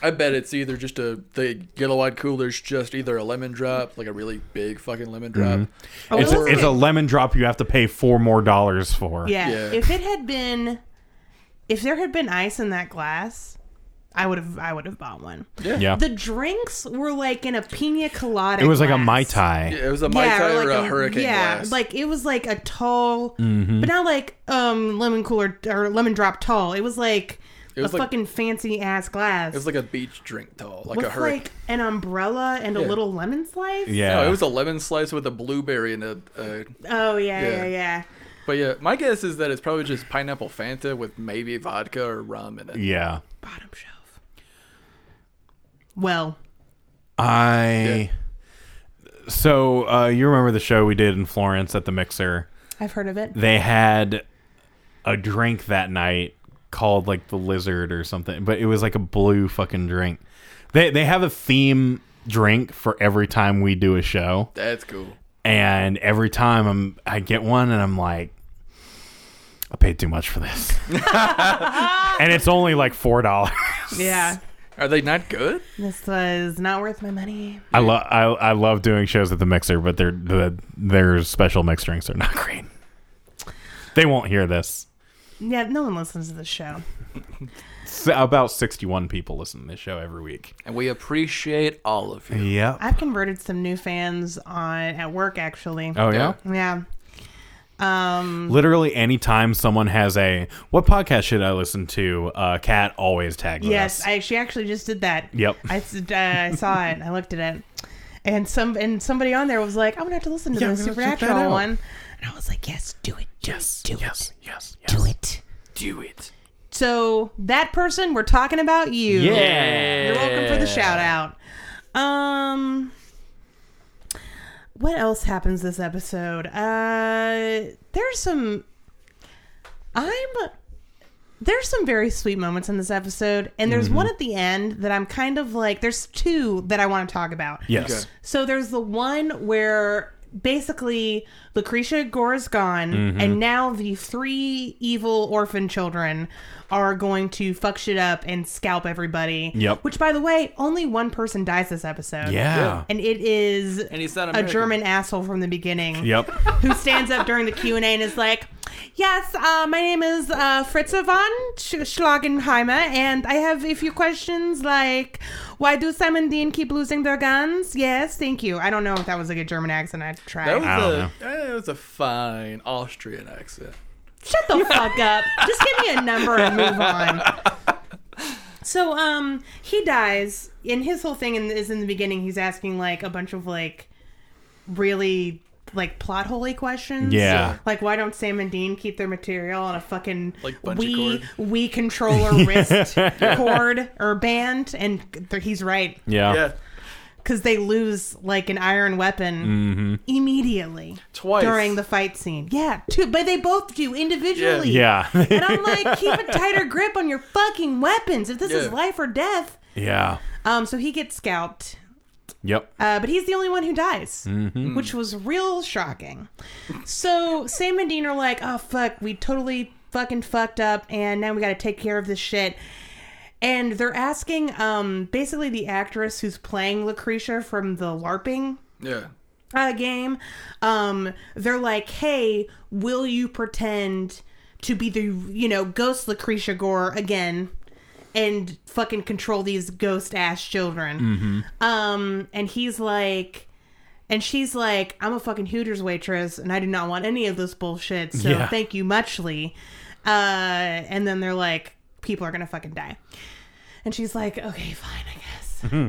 I bet it's either just a the yellow eyed cooler's just either a lemon drop, like a really big fucking lemon drop.
Oh,
Mm-hmm. It's,
it was
it's
good.
a lemon drop you have to pay four more dollars for.
Yeah.
Yeah.
If it had been, if there had been ice in that glass, I would have, I would have bought one.
Yeah.
The drinks were like in a pina colada.
it was like a mai
glass.
tai.
Yeah, it was a mai tai or, a, hurricane
yeah,
glass.
like it was like a tall,
Mm-hmm.
but not like um lemon cooler or lemon drop tall. It was like
was
a
like-
fucking fancy ass glass.
it was like a beach drink tall, like
with
a hurricane.
like an umbrella and a
Yeah.
little lemon slice.
Yeah.
No, it was a lemon slice with a blueberry and a. Uh,
Oh yeah, yeah,
Yeah.
yeah.
but yeah, my guess is that it's probably just pineapple Fanta with maybe vodka or rum in it.
yeah.
Bottom shelf. Well,
I. So uh, you remember the show we did in Florence at the Mixer?
I've heard of it.
They had a drink that night called like the Lizard or something, but it was like a blue fucking drink. They they have a theme drink for every time we do a show,
That's cool.
and every time I'm I get one and I'm like. I paid too much for this, and it's only like four dollars.
Yeah.
Are they not good?
This was not worth my money.
I love I, I love doing shows at the mixer, but their the, their special mix drinks are not great. They won't hear this.
Yeah, no one listens to this show.
S- about sixty one people listen to this show every week.
And we appreciate all of you.
Yeah.
I've converted some new fans on at work actually.
Oh yeah.
Yeah. Um
Literally anytime someone has a what podcast should I listen to, uh Cat always tags
yes,
us.
I she actually just did that.
Yep.
I, s- uh, I saw it. I looked at it. And some and somebody on there was like, "I'm going to have to listen to
Yeah,
the
I'm gonna check that out.
supernatural one." And I was like, "Yes, do it. Do
yes,
it. Do
yes, yes,
it.
yes.
Do it."
Do it.
So, that person we're talking about you.
Yeah.
You're welcome for the shout out. Um what else happens this episode? Uh there's some I'm there's some very sweet moments in this episode and there's one at the end that I'm kind of like there's two that I want to talk about.
Yes.
Okay.
So there's the one where basically Lucretia Gore is gone,
Mm-hmm.
and now the three evil orphan children are going to fuck shit up and scalp everybody.
Yep.
Which, by the way, only one person dies this episode.
Yeah.
And it is
And he's not
a
American.
German asshole from the beginning
Yep.
who stands up during the Q and A and is like, "Yes, uh, my name is uh, Fritze von Sch- Schlagenheimer, and I have a few questions like, why do Sam and Dean keep losing their guns? Yes, thank you. I don't know if that was a good German accent. I tried.
That was
I don't
a that was a fine Austrian accent.
Shut the fuck up. Just give me a number and move on. So, um, he dies, and his whole thing in, is in the beginning. He's asking like a bunch of like really like plot holy questions.
Yeah.
Like, why don't Sam and Dean keep their material on a fucking
Like bungee
Wii
cord?
Wii controller wrist cord or band? And th- he's right
Yeah.
Yeah.
because they lose like an iron weapon
Mm-hmm.
immediately
Twice.
during the fight scene. Yeah, two, but they both do individually.
Yeah.
and I'm like, keep a tighter grip on your fucking weapons. If this is
Yeah.
life or death,
yeah.
um, so he gets scalped.
Yep.
Uh, but he's the only one who dies, which was real shocking. So Sam and Dean are like, oh, fuck, we totally fucking fucked up, and now we gotta take care of this shit. And they're asking um, basically the actress who's playing Lucretia from the LARPing
Yeah.
uh, game. Um, they're like, hey, will you pretend to be the, you know, ghost Lucretia Gore again and fucking control these ghost ass children? Um, and he's like, and she's like, I'm a fucking Hooters waitress and I do not want any of this bullshit. So
Yeah.
thank you muchly. Uh, and then they're like, people are going to fucking die. And she's like, okay, fine, I guess.
Mm-hmm.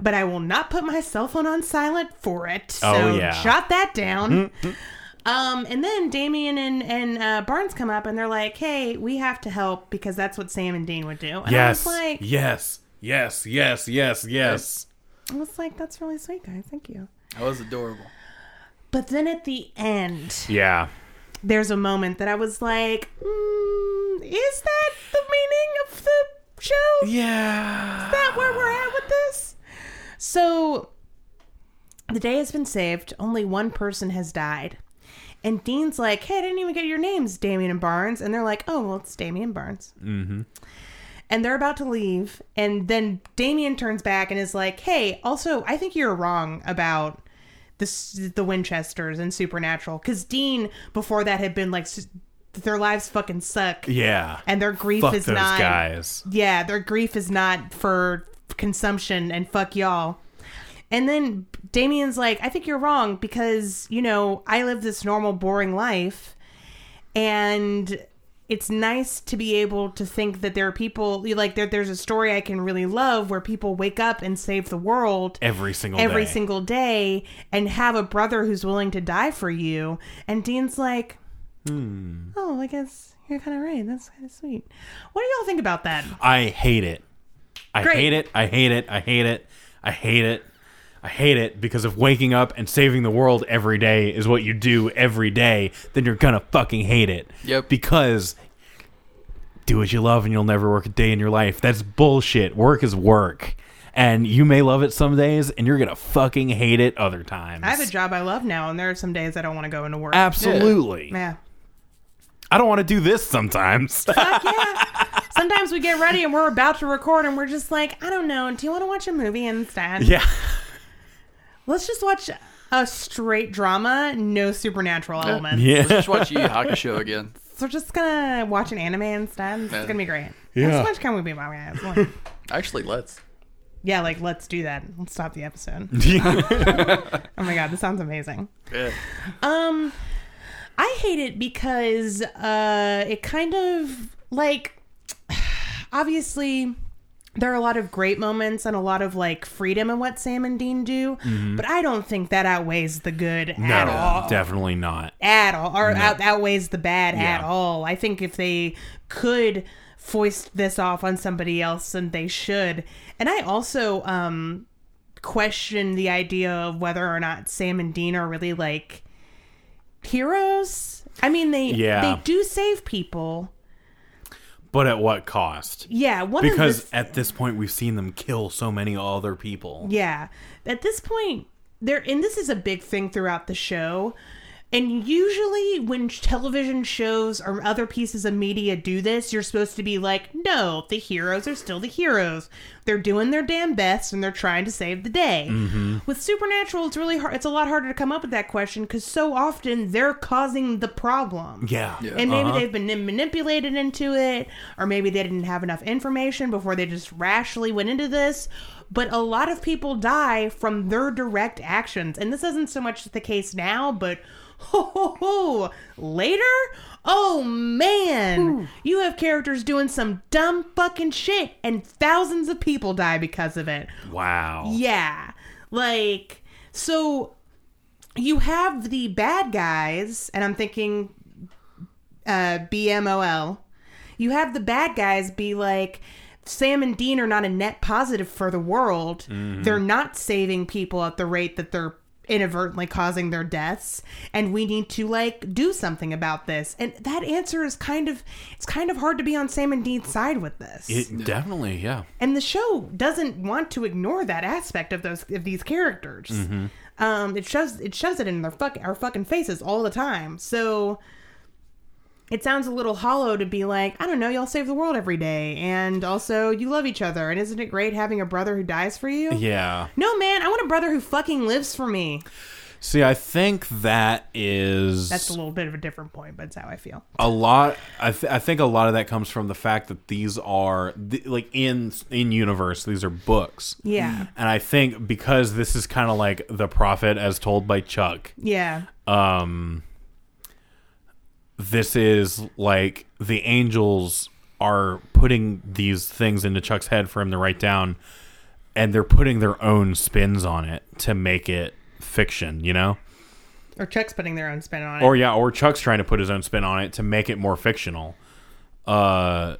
But I will not put my cell phone on silent for it. So
Oh, yeah. Mm-hmm,
jot that down. um, and then Damien and, and uh, Barnes come up and they're like, hey, we have to help because that's what Sam and Dean would do. And
Yes.
I was like,
yes. Yes. Yes. Yes. Yes.
I was like, that's really sweet, guys. Thank you.
That was adorable.
But then at the end,
Yeah.
there's a moment that I was like, mm, is that the meaning of the show?
Yeah.
that where we're at with this? So the day has been saved. Only one person has died. And Dean's like, hey, I didn't even get your names, Damien and Barnes. And they're like, oh, well, it's Damien Barnes. Mm-hmm. And they're about to leave. And then Damien turns back and is like, hey, also, I think you're wrong about the, s- the Winchesters and Supernatural. Because Dean, before that, had been like, s- their lives fucking suck.
Yeah.
And their grief
Fuck
is
those
not
guys.
yeah, their grief is not for consumption and fuck y'all. And then Damien's like, I think you're wrong because, you know, I live this normal, boring life. And it's nice to be able to think that there are people, like, there, there's a story I can really love where people wake up and save the world
Every single
every
day.
single day and have a brother who's willing to die for you. And Dean's like,
Hmm.
oh, I guess you're kind of right. That's kind of sweet. What do y'all think about that?
I hate it. I
Great.
hate it. I hate it. I hate it. I hate it. I hate it because if waking up and saving the world every day is what you do every day, then you're gonna fucking hate it.
Yep.
Because do what you love and you'll never work a day in your life. That's bullshit. Work is work. And you may love it some days and you're gonna fucking hate it other times.
I have a job I love now, and there are some days I don't want to go into work.
Uh, Absolutely.
Yeah.
I don't want to do this sometimes.
Fuck yeah. Sometimes we get ready and we're about to record, and we're just like, I don't know. Do you want to watch a movie instead?
yeah.
Let's just watch a straight drama, no supernatural
Let's
elements.
Uh, Yeah.
just watch E Yu Yu Hakusho again.
So we're just gonna watch an anime instead. It's
Yeah.
gonna be great.
Yeah.
Let's watch kind of movie about guys.
Actually, let's.
Yeah, like let's do that. Let's stop the episode. Oh my god, this sounds amazing.
Yeah.
Um, I hate it because uh, it kind of like obviously there are a lot of great moments and a lot of like freedom in what Sam and Dean do, but I don't think that outweighs the good Mm-hmm. at all.
no, definitely not.
at all, or out, outweighs the bad at
Yeah.
all. I think if they could foist this off on somebody else, then they should. And I also um, question the idea of whether or not Sam and Dean are really like heroes. I mean, they
Yeah.
they do save people.
But at what cost?
Yeah, one
because
of the,
at this point we've seen them kill so many other people.
Yeah. At this point, there and this is a big thing throughout the show. And usually when television shows or other pieces of media do this, you're supposed to be like, "No, the heroes are still the heroes. They're doing their damn best and they're trying to save the day." With Supernatural, it's really hard it's a lot harder to come up with that question cuz so often they're causing the problem.
Yeah.
Yeah.
And maybe they've been manipulated into it, or maybe they didn't have enough information before they just rashly went into this. But a lot of people die from their direct actions. And this isn't so much the case now, but ho ho ho later? Oh man. You have characters doing some dumb fucking shit, and thousands of people die because of it.
Wow.
Yeah. Like, so you have the bad guys, and I'm thinking uh, BMOL. You have the bad guys be like, Sam and Dean are not a net positive for the world. They're not saving people at the rate that they're inadvertently causing their deaths and we need to like do something about this. And that answer is kind of it's kind of hard to be on Sam and Dean's side with this.
It definitely, yeah.
and the show doesn't want to ignore that aspect of those of these characters.
Mm-hmm.
Um, it shows it shows it in their fuck our fucking faces all the time. So it sounds a little hollow to be like, I don't know, y'all save the world every day, and also you love each other, and isn't it great having a brother who dies for you?
Yeah.
No, man, I want a brother who fucking lives for me.
See, I think that is
That's a little bit of a different point, but it's how I feel.
a lot I, th- I think a lot of that comes from the fact that these are th- like in in universe these are books
Yeah.
and i think because this is kind of like the prophet as told by chuck
Yeah.
this is like the angels are putting these things into chuck's head for him to write down and they're putting their own spins on it to make it fiction you know
Or Chuck's putting their own spin on it.
or yeah or chuck's trying to put his own spin on it to make it more fictional uh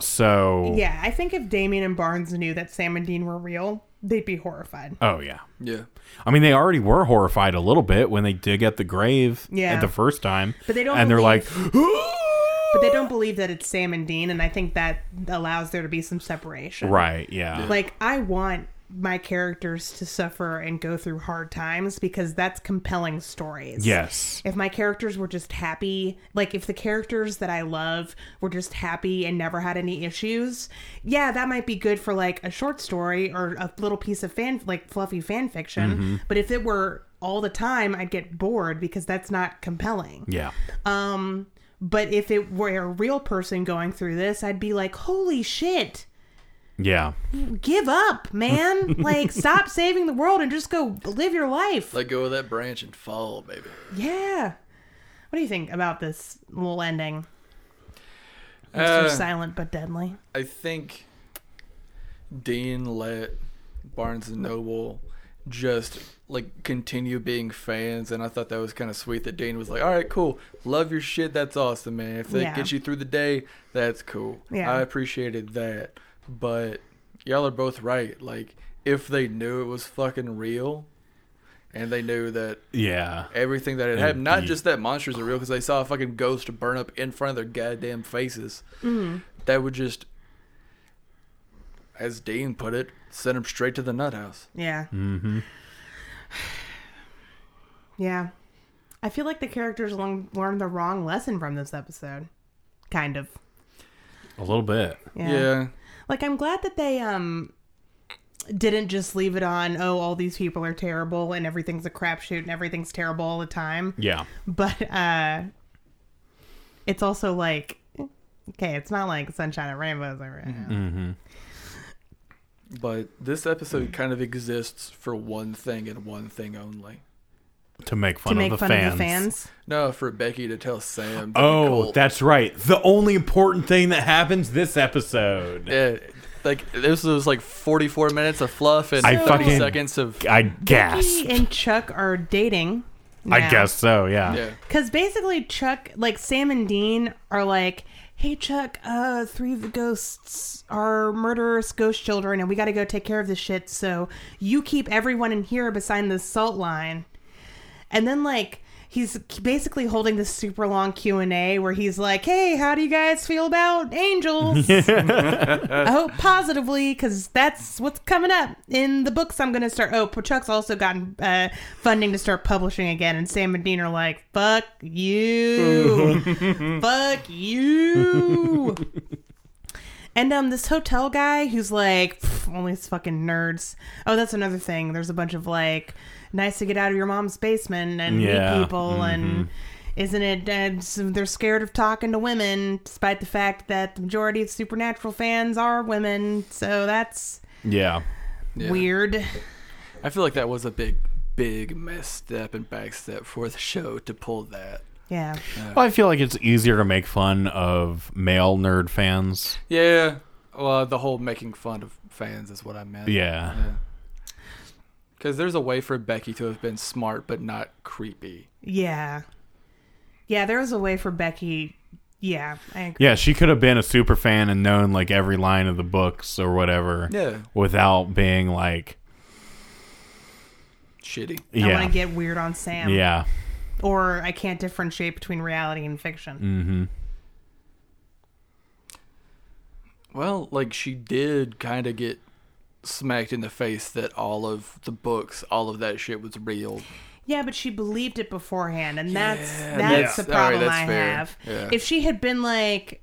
so
yeah, I think if Damien and Barnes knew that Sam and Dean were real, they'd be horrified.
oh yeah
Yeah.
I mean, they already were horrified a little bit when they dig at the grave
Yeah.
at the first time.
But they don't
And they're like,
But they don't believe that it's Sam and Dean, and I think that allows there to be some separation.
right, yeah.
Like, I want my characters to suffer and go through hard times because that's compelling stories.
Yes.
If my characters were just happy, like if the characters that I love were just happy and never had any issues, yeah, that might be good for like a short story or a little piece of fan, like fluffy fan fiction. But if it were all the time, I'd get bored because that's not compelling.
Yeah.
But if it were a real person going through this, I'd be like, holy shit,
Yeah.
give up, man. like, stop saving the world and just go live your life.
Let go of that branch and fall, baby.
yeah. What do you think about this little ending? Mr.
Uh,
silent but deadly.
I think Dean let Barnes and Noble just like continue being fans, and I thought that was kind of sweet that Dean was like, "All right, cool, love your shit. That's awesome, man. If that
Yeah.
gets you through the day, that's cool.
Yeah.
I appreciated that." But y'all are both right. Like, if they knew it was fucking real, and they knew that
Yeah.
everything that had happened. Not
Indeed.
just that monsters are real, because they saw a fucking ghost burn up in front of their goddamn faces. That would just, as Dean put it, send them straight to the nut house.
Yeah. Mm-hmm. Yeah. I feel like the characters learn- learned the wrong lesson from this episode. Kind of.
A little bit.
Yeah.
Like I'm glad that they um didn't just leave it on, oh, all these people are terrible and everything's a crapshoot and everything's terrible all the time.
Yeah.
But uh it's also like okay, it's not like sunshine and
Mm-hmm.
rainbows or
But this episode kind of exists for one thing and one thing only.
To make
to
fun,
make
of, the
fun
fans.
of the fans.
No, for Becky to tell Sam. that
Oh,
Nicole-
that's right. The only important thing that happens this episode.
Yeah, like this was like 44 minutes of fluff and
I
30
fucking-
seconds of
I guess.
Becky and Chuck are dating.
I
now.
guess so, yeah.
yeah.
Because basically, Chuck, like Sam and Dean, are like, "Hey, Chuck, uh, three of the ghosts are murderous ghost children, and we got to go take care of this shit. So you keep everyone in here beside the salt line." And then, like, he's basically holding this super long Q and A where he's like, "Hey, how do you guys feel about angels?" I hope positively because that's what's coming up in the books I'm going to start. Oh, Chuck's also gotten uh, funding to start publishing again, and Sam and Dean are like, "Fuck you, fuck you." And um, this hotel guy who's like, "Pff, only it's fucking nerds. Oh, that's another thing. There's a bunch of like, nice to get out of your mom's basement and
Yeah. Mm-hmm.
meet people and. Isn't it? Uh, so they're scared of talking to women, despite the fact that the majority of Supernatural fans are women. So that's
Yeah.
Yeah.
weird.
I feel like that was a big, big misstep and backstep for the show to pull that.
Yeah.
Well, I feel like it's easier to make fun of male nerd fans.
Yeah. Well, the whole making fun of fans is what I meant.
Yeah.
Because there's a way for Becky to have been smart but not creepy.
Yeah. Yeah, there was a way for Becky Yeah, I agree.
Yeah, she could have been a super fan and known like every line of the books or whatever.
Yeah.
Without being like,
Shitty.
I
yeah,
want to get weird on Sam.
yeah,
Or I can't differentiate between reality and fiction.
Well, like she did kind of get smacked in the face that all of the books, all of that shit was real.
Yeah, but she believed it beforehand, and that's
Yeah, that's-
that's the
all right,
problem
that's
I
fair.
have.
Yeah.
If she had been like,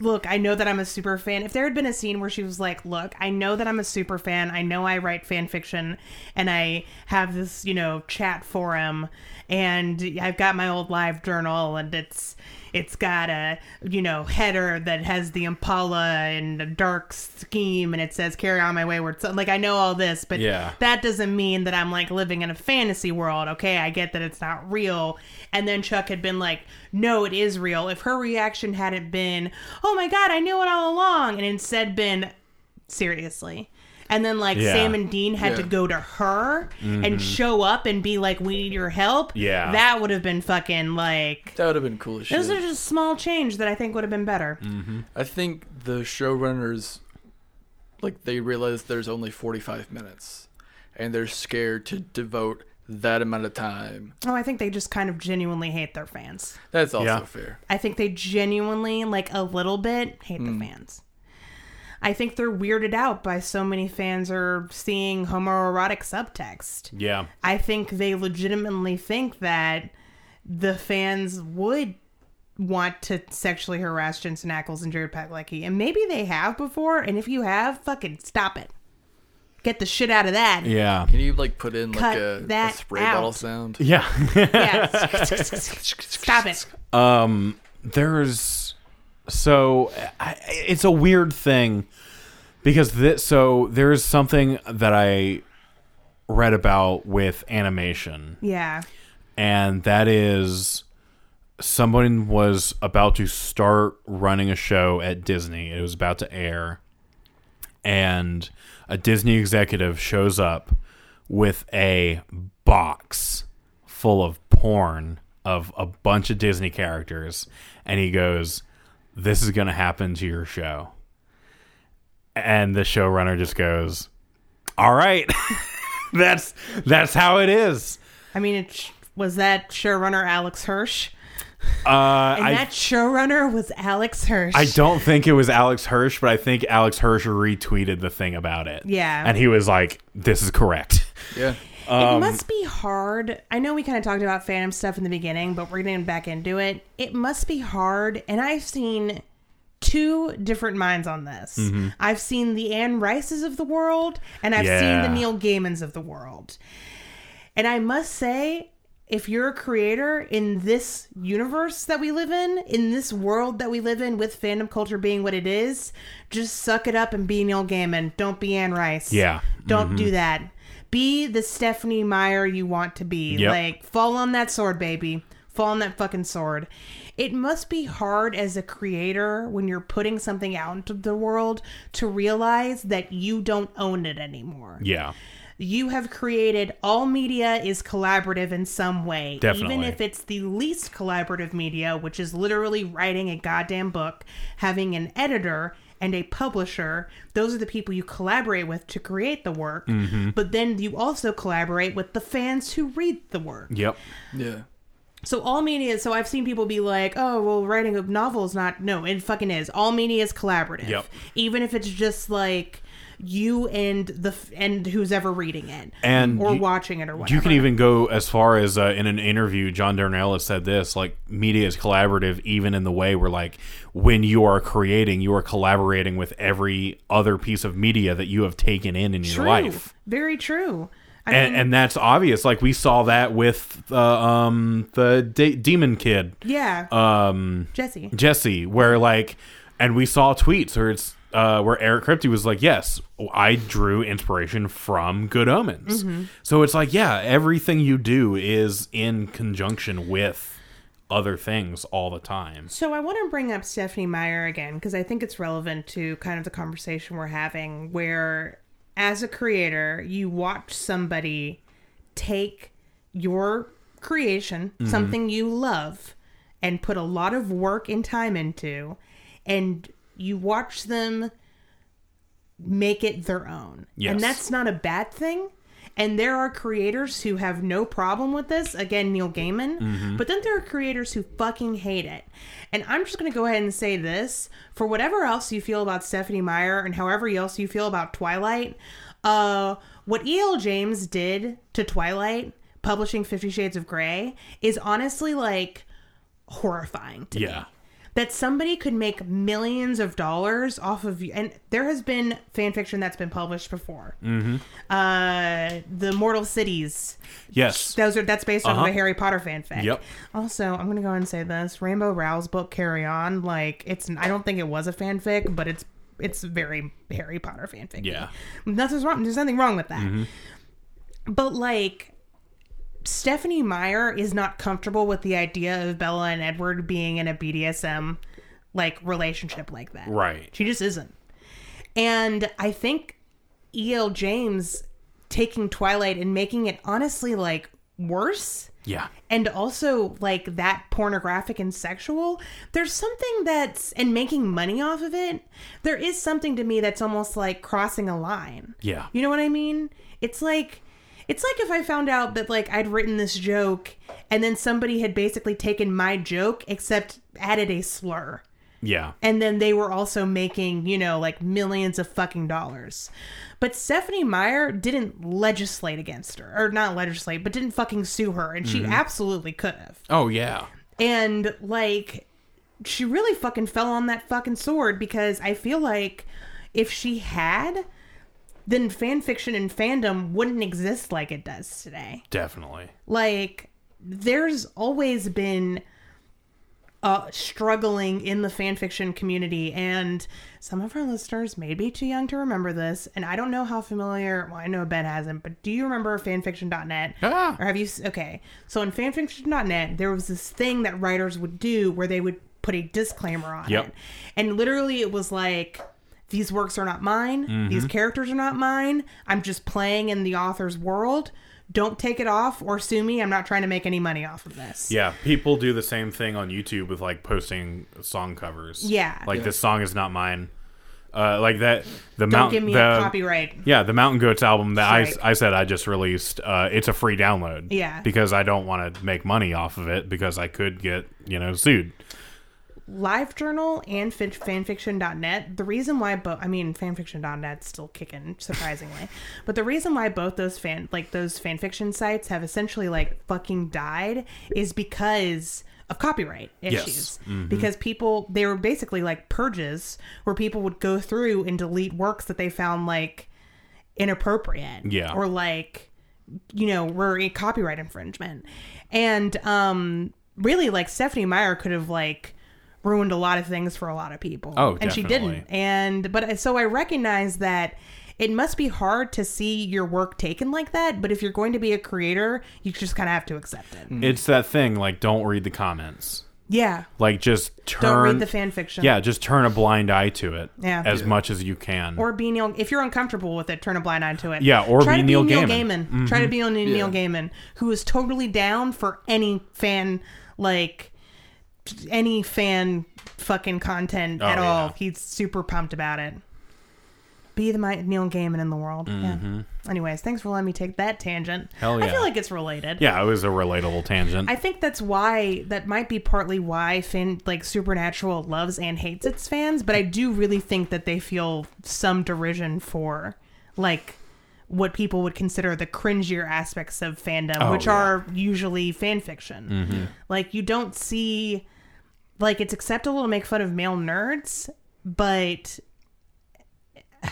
"Look, I know that I'm a super fan," if there had been a scene where she was like, "Look, I know that I'm a super fan. I know I write fan fiction, and I have this, you know, chat forum, and I've got my old live journal, and it's." It's got a you know header that has the Impala and a dark scheme, and it says "Carry on my wayward son." Like I know all this, but
Yeah.
that doesn't mean that I'm like living in a fantasy world. Okay, I get that it's not real. And then Chuck had been like, no, it is real. If her reaction hadn't been, oh my God, I knew it all along, and instead been, seriously. And then like
Yeah. Mm-hmm.
Sam and Dean had to
Yeah.
go to her and show up and be like, we need your help.
Yeah.
That would have been fucking like.
That would have been cool as shit.
Those are just small change that I think would have been better.
Mm.
I think the showrunners, like, they realize there's only 45 minutes and they're scared to devote that amount of time.
Oh, I think they just kind of genuinely hate their fans.
That's also
Yeah.
fair.
I think they genuinely, like a little bit, hate
Hmm.
the fans. I think they're weirded out by so many fans are seeing homoerotic subtext.
yeah,
I think they legitimately think that the fans would want to sexually harass Jensen Ackles and Jared Padalecki, and maybe they have before. And if you have, fucking stop it. Get the shit out of that.
yeah,
Can you, like, put in,
Cut
like, a, a
that
spray bottle
out.
sound?
yeah.
Yeah. stop it.
um, there's so I, it's a weird thing because this so there's something that I read about with animation
Yeah.
and that is someone was about to start running a show at Disney. It was about to air, and a Disney executive shows up with a box full of porn of a bunch of Disney characters, and he goes, "This is going to happen to your show." And the showrunner just goes, "All right." that's that's how it is.
I mean, it sh- was that showrunner Alex Hirsch?
Uh,
And
I
that showrunner was Alex Hirsch.
I don't think it was Alex Hirsch, but I think Alex Hirsch retweeted the thing about it.
Yeah.
And he was like, this is correct.
Yeah.
um,
it must be hard. I know we kind of talked about Phantom stuff in the beginning, but we're getting back into it. It must be hard. And I've seen two different minds on this.
Mm-hmm.
I've seen the Anne Rices of the world, and I've
Yeah.
seen the Neil Gaimans of the world. And I must say, if you're a creator in this universe that we live in, in this world that we live in, with fandom culture being what it is, just suck it up and be Neil Gaiman. Don't be Anne Rice.
Yeah.
Don't do that. Be the Stephanie Meyer you want to be.
Yep.
Like, fall on that sword, baby. Fall on that fucking sword. It must be hard as a creator when you're putting something out into the world to realize that you don't own it anymore
Yeah.
you have created all media is collaborative in some way even
Definitely.
if it's the least collaborative media which is literally writing a goddamn book having an editor and a publisher those are the people you collaborate with to create the work but then you also collaborate with the fans who read the work
Yep.
Yeah.
so all media. So I've seen people be like, "Oh, well, writing a novel is not." No, it fucking is. All media is collaborative.
Yep.
Even if it's just like you and the f- and who's ever reading it
And
or
you-
watching it or whatever.
You can even go as far as uh, in an interview, John Darnell has said this like, media is collaborative, even in the way where, like, when you are creating, you are collaborating with every other piece of media that you have taken in in
true.
your life.
Very true. I
And,
mean,
and that's obvious. Like, we saw that with uh, um, the de- Demon Kid
yeah. Um, Jesse.
Jesse, where like, and we saw tweets where it's uh, where Eric Kripke was like, "Yes, I drew inspiration from Good Omens."
Mm-hmm.
So it's like, yeah, everything you do is in conjunction with other things all the time.
So I want to bring up Stephanie Meyer again because I think it's relevant to kind of the conversation we're having where as a creator, you watch somebody take your creation, something you love, and put a lot of work and time into, and you watch them make it their own.
Yes.
And that's not a bad thing. And there are creators who have no problem with this. Again, Neil Gaiman. But then there are creators who fucking hate it. And I'm just going to go ahead and say this for whatever else you feel about Stephanie Meyer and however else you feel about Twilight, uh, what E.L. James did to Twilight, publishing Fifty Shades of Grey, is honestly like horrifying to me
Yeah.
that somebody could make millions of dollars off of you. And there has been fan fiction that's been published before. Mm-hmm. Uh, the Mortal Cities.
Yes.
Those are that's based off
Uh-huh.
of a Harry Potter fanfic.
Yep.
Also, I'm gonna go ahead and say this: Rainbow Rowell's book Carry On, like it's I don't think it was a fanfic, but it's it's very Harry Potter fanfic.
Yeah.
Nothing's wrong. There's nothing wrong with that. But like Stephanie Meyer is not comfortable with the idea of Bella and Edward being in a BDSM like relationship like that.
Right.
She just isn't. And I think E.L. James taking Twilight and making it honestly like worse
Yeah.
and also like that pornographic and sexual there's something that's and making money off of it there is something to me that's almost like crossing a line
Yeah.
you know what i mean it's like it's like if i found out that like i'd written this joke and then somebody had basically taken my joke except added a slur
Yeah.
and then they were also making you know like millions of fucking dollars but stephanie meyer didn't legislate against her or not legislate but didn't fucking sue her and she absolutely could have
Oh yeah.
and like she really fucking fell on that fucking sword because i feel like if she had then fan fiction and fandom wouldn't exist like it does today
Definitely.
like there's always been uh struggling in the fanfiction community and some of our listeners may be too young to remember this and i don't know how familiar well i know ben hasn't but do you remember fanfiction.net
Ah.
or have you s- okay so on fanfiction.net there was this thing that writers would do where they would put a disclaimer on
Yep.
it and literally it was like these works are not mine
Mm-hmm.
these characters are not mine i'm just playing in the author's world don't take it off or sue me i'm not trying to make any money off of this
Yeah. People do the same thing on YouTube with like posting song covers.
Yeah.
Like
Yeah.
this song is not mine. Uh, like that. The
don't
mountain.
give me
the,
a copyright
Yeah, the Mountain Goats album that I,
Strike.
I said I just released. Uh, it's a free download.
Yeah.
Because I don't want to make money off of it because I could get you know sued.
LiveJournal and fan- fanfiction.net, the reason why both, I mean, fanfiction.net's still kicking, surprisingly, but the reason why both those fan, like those fanfiction sites have essentially like fucking died is because of copyright
Yes. Mm-hmm.
issues. Because people, they were basically like purges where people would go through and delete works that they found like inappropriate.
Yeah.
Or like, you know, were in copyright infringement. And um really like Stephanie Meyer could have like ruined a lot of things for a lot of people.
Oh,
and she
definitely.
didn't. And but uh, so I recognize that it must be hard to see your work taken like that, but if you're going to be a creator, you just kind of have to accept it.
It's that thing like don't read the comments.
Yeah.
Like just turn.
Don't read the fan fiction.
Yeah, just turn a blind eye to it.
Yeah.
As
Yeah.
much as you can.
Or be Neil. If you're uncomfortable with it, turn a blind eye to it.
Mm. Yeah, or
Try
be
to
Neil
be Neil
Gaiman. Mm-hmm.
Gaiman. Try to be on Neil
Yeah.
Gaiman, who is totally down for any fan, like any fan fucking content
Oh,
at all.
yeah.
He's super pumped about it. Be the mi- Neil Gaiman in the world. Yeah. Anyways, thanks for letting me take that tangent.
Mm-hmm. Hell
I
yeah.
feel like it's related.
yeah, it was a relatable tangent.
I think that's why that might be partly why fan like Supernatural loves and hates its fans, but I do really think that they feel some derision for like what people would consider the cringier aspects of fandom,
Oh,
which
yeah. Mm-hmm.
are usually fan fiction. Like you don't see like it's acceptable to make fun of male nerds, but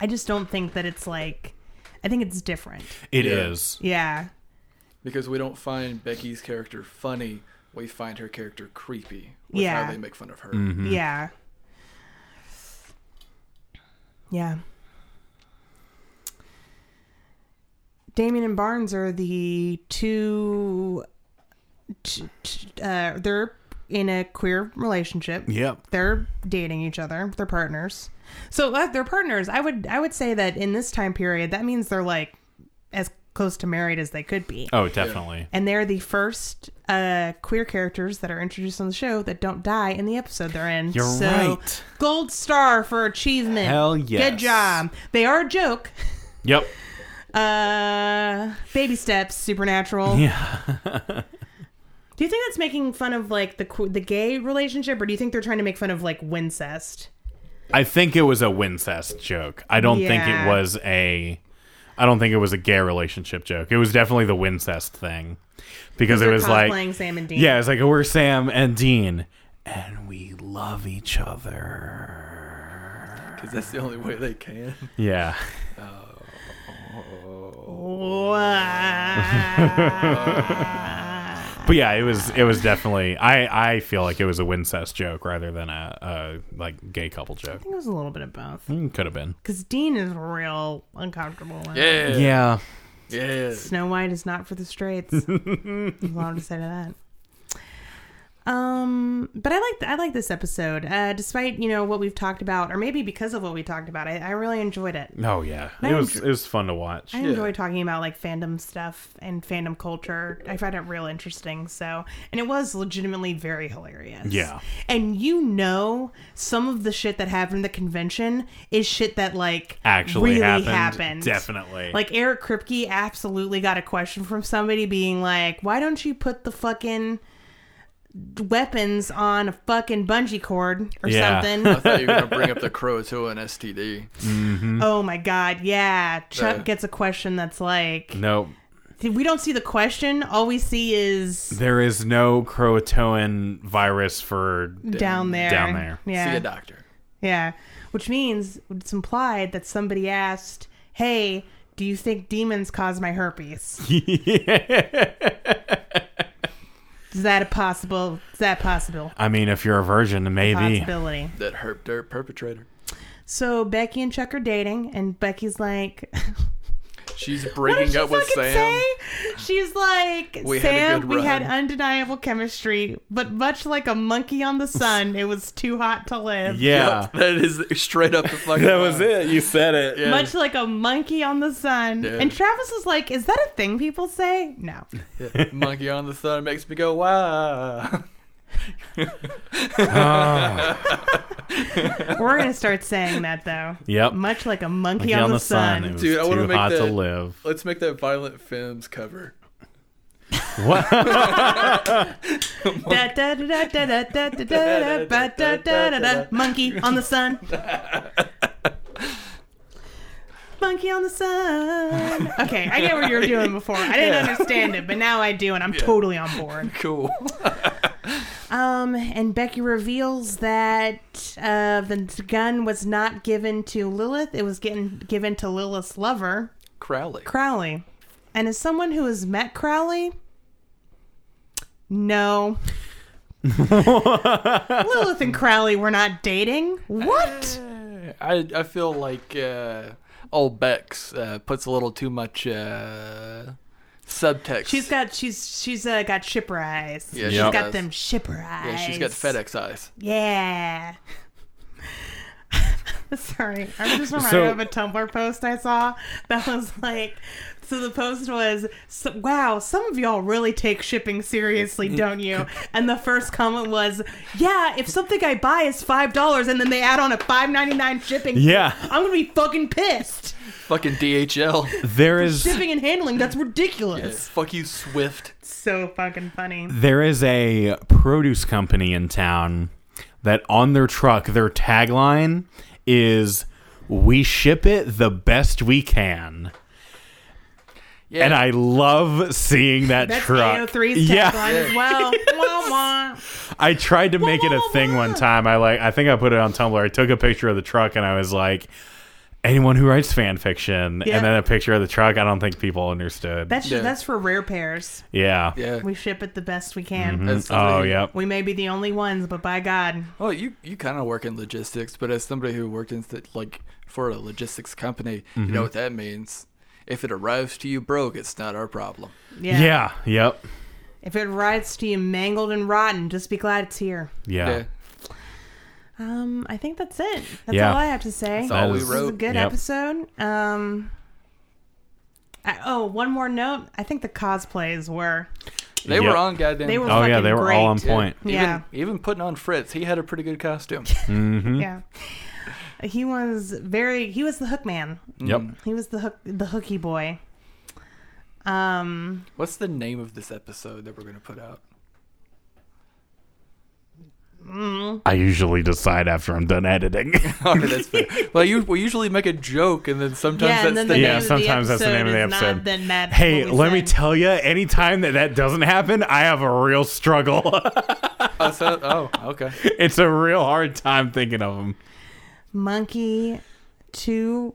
I just don't think that it's like I think it's different.
It is.
Yeah.
Yeah.
because we don't find Becky's character funny. We find her character creepy with
Yeah.
how they make fun of her.
Mm-hmm. Yeah. Yeah. Damien and Barnes are the two. t- t- uh, they're in a queer relationship.
Yep.
They're dating each other. They're partners. So uh, they're partners. I would I would say that in this time period, that means they're like as close to married as they could be.
Oh, definitely.
And they're the first uh, queer characters that are introduced on the show that don't die in the episode they're in.
You're
so,
right.
Gold star for achievement.
Hell
Good
yes.
job. They are a joke.
Yep.
Uh, baby steps, supernatural.
Yeah.
Do you think that's making fun of like the qu- the gay relationship, or do you think they're trying to make fun of like wincest?
I think it was a Wincest joke. I don't think
Yeah.
it was a. I don't think it was a gay relationship joke. It was definitely the Wincest thing, because it
They're
was like,
cosplaying Sam and Dean.
yeah, it's like we're Sam and Dean, and we love each other.
because that's the only way they can.
Yeah.
Oh. Wow.
But yeah, it was it was definitely I I feel like it was a Wincest joke rather than a, a like gay couple joke.
I think it was a little bit of both.
Mm, Could have been.
Because Dean is real uncomfortable. When
Yeah, yeah,
Yeah.
yeah.
Snow White is not for the straights. That's all to say to that. Um, but I like I like this episode. Uh, despite you know what we've talked about, or maybe because of what we talked about, I, I really enjoyed it.
Oh yeah.
I
It was
enjo-
it was fun to watch.
I enjoy talking about like fandom stuff and fandom culture. I find it real interesting. So, and it was legitimately very hilarious.
Yeah.
And you know, some of the shit that happened at the convention is shit that like
Actually
really
happened.
happened.
Definitely.
Like Eric Kripke absolutely got a question from somebody being like, "Why don't you put the fucking weapons on a fucking bungee cord or
Yeah.
I
something?"
thought you were gonna bring up the Croatoa and STD.
Mm-hmm.
oh my god, yeah. Chuck
Yeah.
gets a question that's like,
no,
we don't see the question. All we see is
there is no Croatoan virus for
down there.
Down there.
See a
Yeah.
doctor.
Yeah. Which means it's implied that somebody asked, "Hey, do you think demons cause my herpes? Is that a possible? Is that possible
I mean, if you're a virgin, maybe.
possibility?"
That herp derp perpetrator.
So Becky and Chuck are dating, and Becky's like,
She's
"What did
breaking
she
up with
fucking
Sam.
say?" She's like,
We had a
"Sam,
good
we had
run."
undeniable chemistry, but much like a monkey on the sun, it was too hot to live."
Yeah.
Yep, that is straight up the fucking. line.
it. You said it.
Yeah.
Much like a monkey on the sun.
Yeah.
And Travis is like, Is that a thing people say? No.
Yeah. Monkey on the sun makes me go wow.
Ah.
We're going to start saying that, though.
Yep.
Much like a monkey,
Monkey
on, the, sun.
It was
Dude, I wanna
too
make
hot to
that-
live.
Let's make that Violent Femmes cover.
What?
Da, da, da, da, da, da, da, da, da, ba, da, da, da, da. Monkey on the sun. Monkey on the sun. Okay, I get what you were doing before. I didn't understand it, but now I do, and I'm totally on board.
Cool.
Um, and Becky reveals that uh, the gun was not given to Lilith; it was getting given to Lilith's lover,
Crowley.
Crowley. And as someone who has met Crowley, no, Lilith and Crowley were not dating. What?
Uh, I I feel like uh, old Bex uh, puts a little too much uh, subtext.
She's got she's she's uh, got shipper eyes.
Yeah,
she's
she
got
does.
them shipper eyes.
Yeah, she's got FedEx eyes.
Yeah. Sorry, I'm just reminded
So-
of a Tumblr post I saw that was like, so the post was, so, "Wow, some of y'all really take shipping seriously,
Mm.
don't you?" And the first comment was, "Yeah, if something I buy is five dollars and then they add on a five ninety nine shipping,
Yeah.
I'm gonna be fucking pissed.
Fucking DHL.
there is
Shipping and handling, that's ridiculous.
Fuck you, Swift.
So fucking funny.
there is a produce company in town that on their truck their tagline is we ship it the best we can.
Yeah.
And I love seeing that
That's
truck.
3's
yeah.
tagline as well. Wah, wah.
I tried to make it a
wah,
thing
wah.
one time. I like I think I put it on Tumblr. I took a picture of the truck and I was like anyone who writes fan fiction
Yeah.
and then a picture of the truck, I don't think people understood.
That's
Yeah.
that's for rare pairs.
yeah.
yeah.
We ship it the best we can.
That's the
Oh,
thing.
yep.
We may be the only ones, but by God,
Well, you you kind of work in logistics, but as somebody who worked in st- like for a logistics company, you
Mm-hmm.
know what that means. If it arrives to you broke, it's not our problem.
yeah.
Yeah. Yep.
If it rides to you mangled and rotten, just be glad it's here.
Yeah.
Yeah.
Um, I think that's it. That's
Yeah.
all I have to say.
That's all
That
we
is-
This was a
wrote.
good
Yep.
episode. Um, I, oh, one more note. I think the cosplays were.
They
Yep.
were on goddamn.
They were
Oh yeah,
fucking
they were all on
great.
point.
Even,
Yeah.
even putting on Fritz, he had a pretty good costume.
Hmm. Mm-hmm.
Yeah. He was very. He was the hook man.
Mm.
Yep.
He was the hook. The hooky boy. Um.
What's the name of this episode that we're gonna put out?
I usually decide after I'm done editing.
Oh, that's fair. well, you we usually make a joke, and then sometimes
yeah. And
that's
then
the
the
Yeah,
name of the
sometimes that's the name of the
is not
episode.
then mad
hey,
what we
let me
said.
tell you, anytime that that doesn't happen, I have a real struggle.
oh, so- oh, okay.
it's a real hard time thinking of them.
monkey, two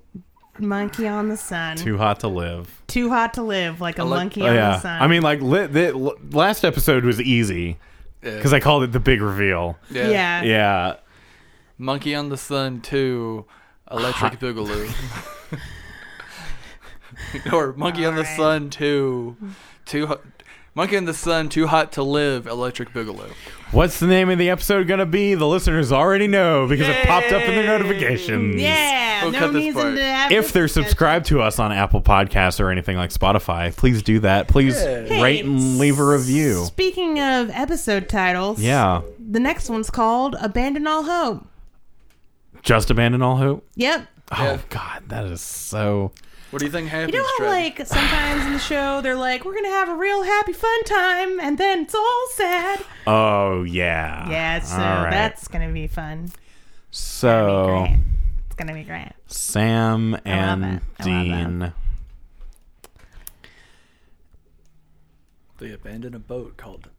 monkey on the sun, too,
Too hot to live.
hot to live, like a
like-
monkey
Oh,
on
yeah.
the sun.
I mean, like li- the l- last episode was easy
Yeah.
because I called it the big reveal.
yeah.
yeah, yeah.
Yeah.
Monkey on the Sun Two, Electric Boogaloo, or Monkey on the
Alright.
Sun Two, Too Hot. Monkey on the Sun, Too Hot to Live, Electric Boogaloo.
What's the name of the episode going to be? The listeners already know because it popped up in their notifications.
We'll
no
cut this
reason
part.
to have
If
this
they're
discussion.
subscribed to us on Apple Podcasts or anything like Spotify, please do that. Please
Yeah.
rate and leave a review.
Speaking of episode titles,
Yeah.
the next one's called "Abandon All Hope."
Just abandon all hope.
Yep.
Yeah.
Oh God, that is so.
What do you think happens?
You know how,
Trev?
like, sometimes in the show they're like, we're going to have a real happy, fun time, and then it's all sad.
Oh yeah.
Yeah, so
All right. Oh.
that's going to be fun.
so.
Great. It's going to be great.
Sam
love
and
it. I love
Dean.
they abandon a boat called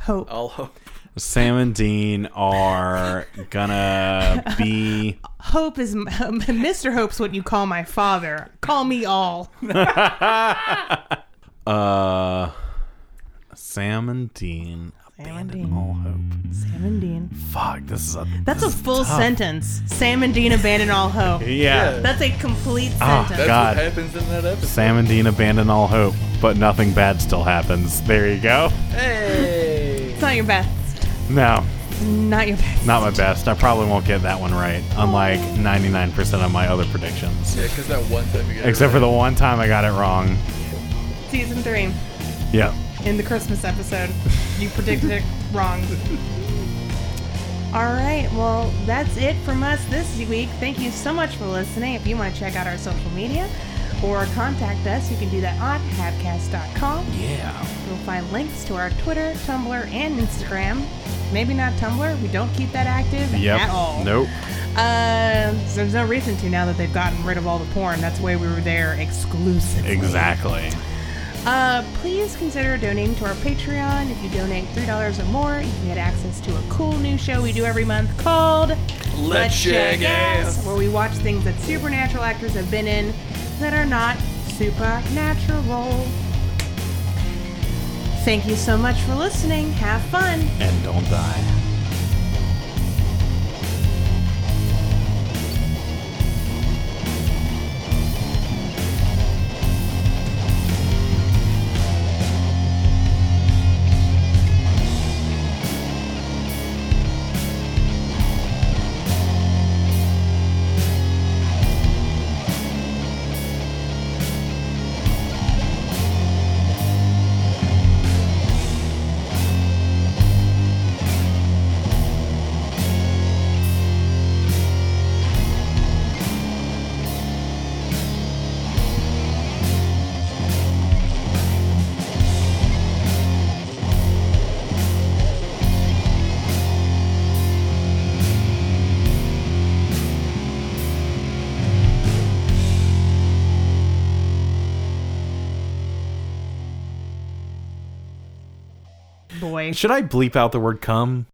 Hope.
All Hope.
Sam and Dean are gonna be.
Hope is, Mr. Hope's what you call my father. Call me all.
Uh, Sam and Dean abandon
Dean.
all hope.
Sam and Dean.
Fuck, this is a.
That's a full sentence. Sam and Dean abandon all hope.
Yeah.
That's a complete
Ah,
sentence.
That's
God.
what happens in that episode.
Sam and Dean abandon all hope, but nothing bad still happens. There you go.
Hey.
It's not your best.
No,
Not your best.
not my best. I probably won't get that one right, unlike 99% of my other predictions.
Yeah, because that one time you get it
Except for the one time I got it wrong.
Season three.
Yep.
in the Christmas episode. You predicted it wrong. All right, well, that's it from us this week. Thank you so much for listening. If you want to check out our social media or contact us, you can do that on habcast.com.
Yeah.
You'll find links to our Twitter, Tumblr, and Instagram. Maybe not Tumblr. We don't keep that active
Yep.
at all.
Nope.
Uh, there's no reason to now that they've gotten rid of all the porn. That's why we were there exclusively.
Exactly.
Uh, please consider donating to our Patreon. If you donate $3 or more, you can get access to a cool new show we do every month called
Let's Check Ass.
where we watch things that supernatural actors have been in that are not supernatural. Thank you so much for listening. Have fun.
And don't die.
Boy.
Should I bleep out the word come?